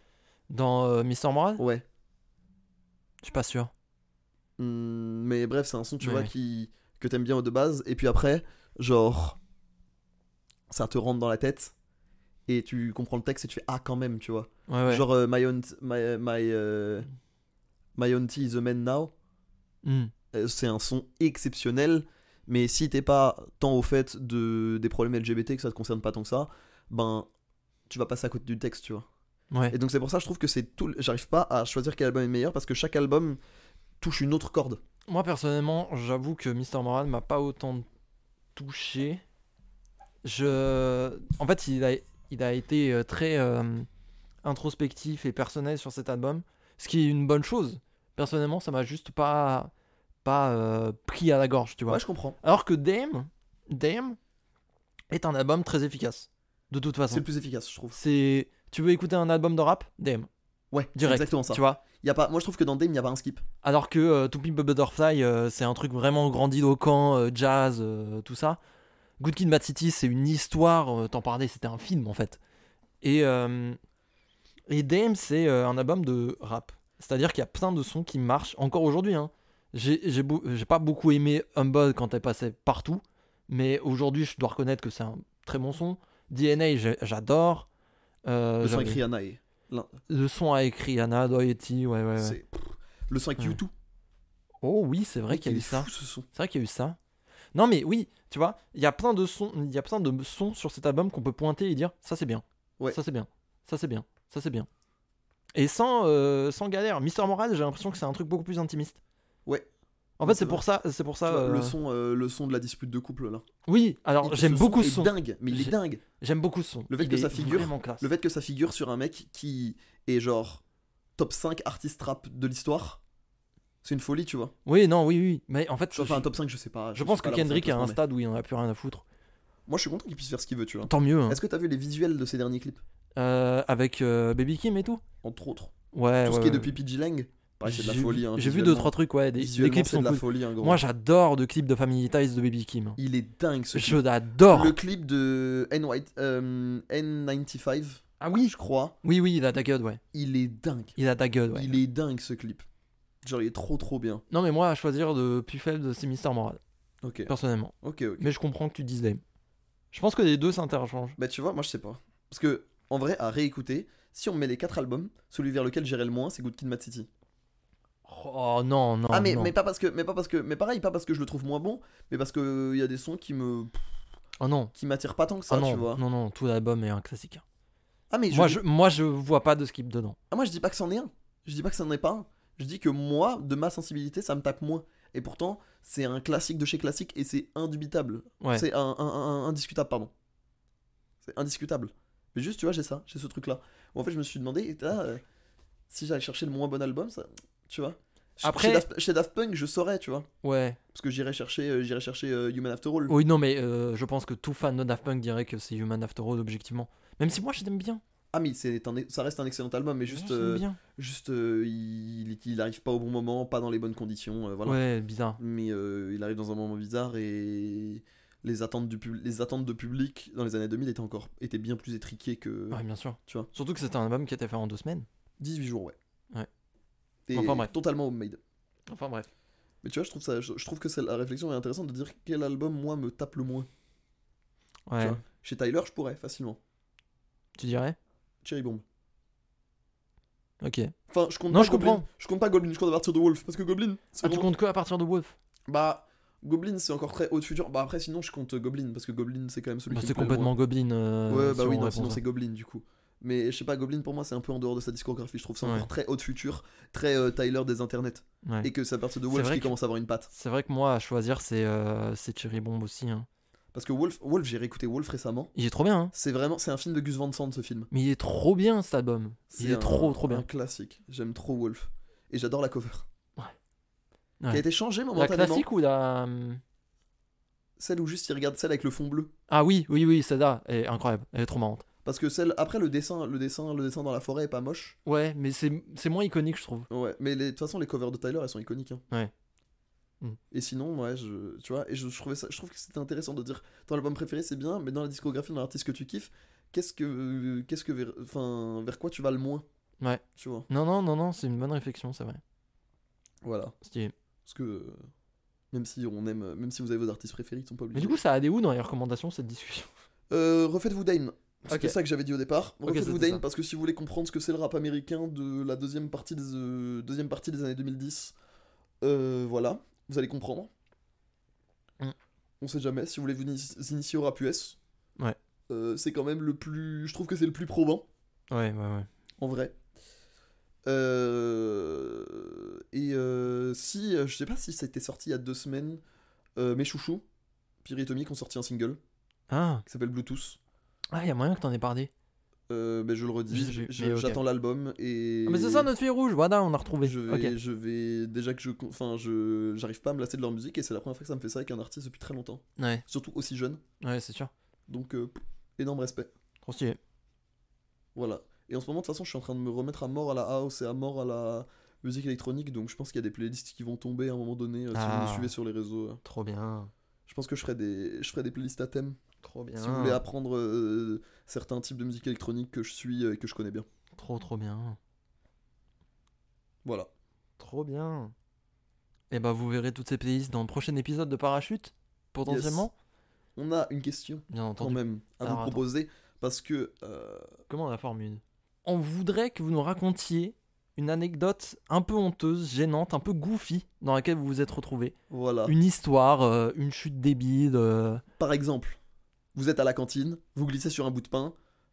Dans euh, Mister Moral Ouais. Je suis pas sûr. Hum, mais bref, c'est un son, tu Ouais, vois, ouais. qui, que t'aimes bien de base. Et puis après, genre. Ça te rentre dans la tête. Et tu comprends le texte et tu fais Ah, quand même, tu vois. Ouais, ouais. Genre, euh, my, aunt- my, my, euh, my auntie is a man now. Hmm. Euh, c'est un son exceptionnel, mais si t'es pas tant au fait de, des problèmes LGBT que ça te concerne pas tant que ça, ben tu vas passer à côté du texte, tu vois. Ouais. Et donc c'est pour ça je trouve que c'est tout. le- J'arrive pas à choisir quel album est meilleur parce que chaque album touche une autre corde. Moi personnellement, j'avoue que Mister Moral m'a pas autant touché. Je, en fait, il a, il a été euh, très euh, introspectif et personnel sur cet album, ce qui est une bonne chose. Personnellement, ça m'a juste pas, pas euh, pris à la gorge, tu vois. Ouais, je comprends. Alors que DM, DM est un album très efficace, de toute C'est façon. le plus efficace, je trouve. C'est, tu veux écouter un album de rap, DM, Ouais, c'est Direct, exactement ça. tu vois. Y a pas... Moi, je trouve que dans Dame, il n'y a pas un skip. Alors que euh, To Pimp a Butterfly, euh, c'est un truc vraiment grandiloquent, euh, jazz, euh, tout ça. Good Kid, Mad City, c'est une histoire, euh, t'en parlais, c'était un film en fait. Et, euh, et DM, c'est euh, un album de rap. C'est-à-dire qu'il y a plein de sons qui marchent, encore aujourd'hui. Hein. J'ai j'ai beau- j'ai pas beaucoup aimé Humble quand elle passait partout, mais aujourd'hui, je dois reconnaître que c'est un très bon son. DNA, j'ai- j'adore. Euh, Le son j'avais- écrit à Nae. Le son a écrit Anna Doyety, ouais, ouais, ouais. C'est- Pff, Le son avec Ouais. U2. Oh oui, c'est vrai qu'il y a Il eu est ça. fou, ce son. C'est vrai qu'il y a eu ça. Non mais oui, tu vois, il y a plein de sons, il y a plein de sons sur cet album qu'on peut pointer et dire ça c'est bien, Ouais. ça c'est bien, ça c'est bien, ça c'est bien. Et sans, euh, sans galère, Mister Moral, j'ai l'impression que c'est un truc beaucoup plus intimiste. Ouais. En Ouais, fait, c'est c'est pour ça, c'est pour ça. Tu vois, euh, le, son, euh, le son de la dispute de couple, là. Oui, alors Il- j'aime ce beaucoup son ce est son. dingue, mais il est J'ai- dingue. J'aime beaucoup ce son. Le fait Il que est ça figure, vraiment classe. Le fait que ça figure sur un mec qui est genre top 5 artiste rap de l'histoire, c'est une folie, tu vois. Oui, non, oui, oui. Mais en fait, je, Enfin, un top 5, je sais pas. suis je pense que pas là pour faire Kendrick le est à un classement, stade où il en a plus rien à foutre. mais- Moi, je suis content qu'il puisse faire ce qu'il veut, tu vois. Tant mieux. hein. Est-ce que t'as vu les visuels de ces derniers clips Euh, avec euh, Baby Kim et tout. Entre autres. Ouais. Tout ouais, ce qui est ouais. depuis PG Lang, pareil, c'est de la J'ai- folie. hein, J'ai vu visuellement. deux trois trucs, ouais. Des, des Visuellement, clips c'est sont de la cool. folie, hein, gros. Moi, j'adore le clip de Family Ties de Baby Kim. Il est dingue ce Je clip. l'adore. Le clip de N White, euh, N95, Ah oui. je crois, Oui, oui, il a ta gueule, ouais. il est dingue. Il a ta gueule, ouais. Il est dingue ce clip. Genre, il est trop trop bien. Non, mais moi, à choisir de plus faible, c'est Mister Moral, Ok, personnellement. ok, ok. Mais je comprends que tu dises Dame. Je pense que les deux s'interchangent. Bah, tu vois, moi je sais pas. Parce que, en vrai, à réécouter, si on met les quatre albums, celui vers lequel j'irai le moins, c'est Good Kid Mad City. Oh non, non. ah, mais, non. mais pas parce que, mais pas parce que, mais pareil, pas parce que je le trouve moins bon, mais parce que il y a des sons qui me, Oh non. qui m'attirent pas tant que ça, Ah non, tu vois. non, non, tout l'album est un classique. hein. Ah, mais je, Moi dis- je, moi, je vois pas de skip dedans. ah, moi je dis pas que c'en est un. Je dis pas que ça n'en est pas un. Je dis que moi, de ma sensibilité, ça me tape moins. Et pourtant, c'est un classique de chez classique et c'est indubitable. Ouais. C'est un, un- un- un- indiscutable, pardon. C'est indiscutable. Mais juste, tu vois, j'ai ça, j'ai ce truc-là. Où en fait, je me suis demandé, et là, euh, si j'allais chercher le moins bon album, ça, tu vois. Ch- Après- Chez Daft, chez Daft Punk, je saurais, tu vois. Ouais. Parce que j'irais chercher, euh, j'irais chercher euh, Human After All. Oui, non, mais euh, je pense que tout fan de Daft Punk dirait que c'est Human After All, objectivement. Même si moi, je l'aime bien. Ah, mais c'est un- ça reste un excellent album, mais juste, Je l'aime euh, bien. juste euh, il, il arrive pas au bon moment, pas dans les bonnes conditions, euh, voilà. Ouais, bizarre. Mais euh, il arrive dans un moment bizarre et les attentes, du pub- les attentes de public dans les années 2000 étaient encore étaient bien plus étriquées que Ouais, bien sûr. Tu vois. Surtout que c'était un album qui était fait en deux semaines. 18 jours, ouais. Ouais. Et Enfin, bref. totalement homemade. Enfin bref. Mais tu vois, je trouve, ça, je, je trouve que c'est- la réflexion est intéressante de dire quel album, moi, me tape le moins. Ouais. Tu vois. Chez Tyler, je pourrais, facilement. Tu dirais Cherry Bomb. Ok. Enfin, je compte Non, pas je Goblin. comprends. Je compte pas Goblin, je compte à partir de Wolf. Parce que Goblin, c'est Ah, tu vraiment- comptes que à partir de Wolf Bah, Goblin, c'est encore très haut de futur. Bah, après, sinon, je compte Goblin, parce que Goblin, c'est quand même celui Bah, qui me C'est plaît le complètement Goblin. euh, moins. Ouais, bah si oui, non, on répond sinon, ça. c'est Goblin, du coup. Mais je sais pas, Goblin, pour moi, c'est un peu en dehors de sa discographie. Je trouve ça Ouais. encore très haut de futur, très euh, Tyler des internets. Ouais. Et que c'est à partir de C'est Wolf vrai qui que- commence à avoir une patte. C'est vrai que moi, à choisir, c'est euh, c'est Cherry Bomb aussi. hein. Parce que Wolf, Wolf j'ai réécouté Wolf récemment. Il est trop bien. hein. C'est vraiment, c'est un film de Gus Van Sant ce film. Mais il est trop bien cet album. Il est un- trop, trop Un bien. classique. J'aime trop Wolf. Et j'adore la cover. Ouais. Qui Ouais. a été changée La momentanément. classique ou la. euh, Celle où juste il regarde celle avec le fond bleu. Ah oui, oui, oui, celle-là est incroyable. Elle est trop marrante. Parce que celle après le dessin, le dessin, le dessin dans la forêt est pas moche. Ouais, mais c'est c'est moins iconique, je trouve. Ouais. Mais les- de toute façon les covers de Tyler elles sont iconiques. hein. Ouais. Mm. Et sinon ouais je, tu vois et je, je trouvais ça, je trouve que c'était intéressant de dire ton album préféré c'est bien mais dans la discographie dans l'artiste que tu kiffes qu'est-ce que qu'est-ce que vers, enfin vers quoi tu vas le moins. Ouais. Tu vois. Non, non, non, non, c'est une bonne réflexion, c'est vrai. Voilà. Stylé. Parce que euh, même si on aime, même si vous avez vos artistes préférés ils sont pas obligés. Mais du coup, ça allait où dans les recommandations, cette discussion Euh, refaites-vous Dane. C'était Ok. ça que j'avais dit au départ. Ok, Refaites-vous c'était Dane ça. parce que si vous voulez comprendre ce que c'est le rap américain de la deuxième partie des, euh, deuxième partie des années 2010, euh, voilà, vous allez comprendre. Mm. On sait jamais. Si vous voulez vous ini- initier au rap US, Ouais. euh, c'est quand même le plus. Je trouve que c'est le plus probant, Ouais, ouais, ouais. en vrai. Euh, et euh, si, euh, je sais pas si ça a été sorti il y a deux semaines, euh, mes chouchous, Piri et Tommy, qui ont sorti un single Ah, qui s'appelle Bluetooth. ah, y a moyen que t'en aies parlé. Euh, mais je le redis, J'ai- j- mais j- ok. j'attends l'album et. Ah, mais c'est ça notre fille rouge, voilà, on a retrouvé. Je vais, Ok. je vais déjà que je, con- enfin, je, j'arrive pas à me lasser de leur musique et c'est la première fois que ça me fait ça avec un artiste depuis très longtemps, Ouais, surtout aussi jeune. ouais, c'est sûr. Donc euh, pff, énorme respect, Trop stylé. voilà. Et en ce moment de toute façon, je suis en train de me remettre à mort à la house et à mort à la musique électronique, donc je pense qu'il y a des playlists qui vont tomber à un moment donné euh, si vous Ah. me suivez sur les réseaux. euh. Trop bien. Je pense que je ferai des, je ferai des playlists à thème Trop bien. si vous voulez apprendre euh, certains types de musique électronique que je suis euh, et que je connais bien. Trop, trop bien. Voilà. Trop bien. Et bah, vous verrez toutes ces playlists dans le prochain épisode de Parachute, potentiellement. On a une question Bien quand entendu. même à Alors, vous attends. proposer parce que euh, Comment la formule On voudrait que vous nous racontiez une anecdote un peu honteuse, gênante, un peu goofy dans laquelle vous vous êtes retrouvé. voilà. Une histoire, euh, une chute débile. euh, Par exemple, vous êtes à la cantine, vous glissez sur un bout de pain,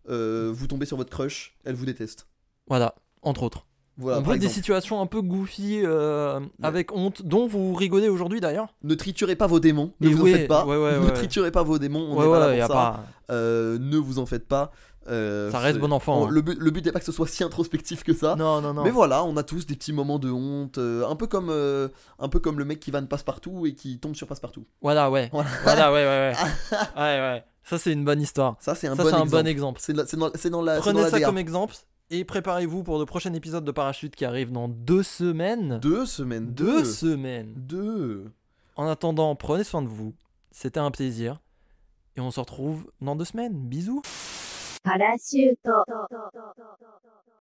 euh, vous tombez sur votre crush, elle vous déteste. voilà, entre autres. Voilà, on par veut des exemple. situations un peu goofy, euh, avec honte, dont vous rigolez aujourd'hui d'ailleurs. Ne triturez pas vos démons, ne Et vous ouais, en faites pas. ouais, ouais, ne ouais. triturez pas vos démons, on ouais, n'est pas là ouais, pour y a ça. pas- Euh, ne vous en faites pas. euh, ça reste c'est- bon enfant. on- hein. Le but, le but n'est pas que ce soit si introspectif que ça. Non, non, non. Mais voilà, on a tous des petits moments de honte, euh, un peu comme euh, un peu comme le mec qui vanne passe-partout et qui tombe sur passe-partout. Voilà, ouais. Voilà. Voilà, ouais, ouais, ouais. ouais, ouais. Ça, c'est une bonne histoire. Ça c'est un ça, bon c'est un exemple. bon exemple. C'est de la- c'est dans, c'est dans la. c'est Prenez dans la ça DA. comme exemple et préparez-vous pour le prochain épisode de Parachute qui arrive dans deux semaines. deux semaines. Deux semaines. Deux. En attendant, prenez soin de vous. C'était un plaisir. Et on se retrouve dans deux semaines. Bisous. パラシュート。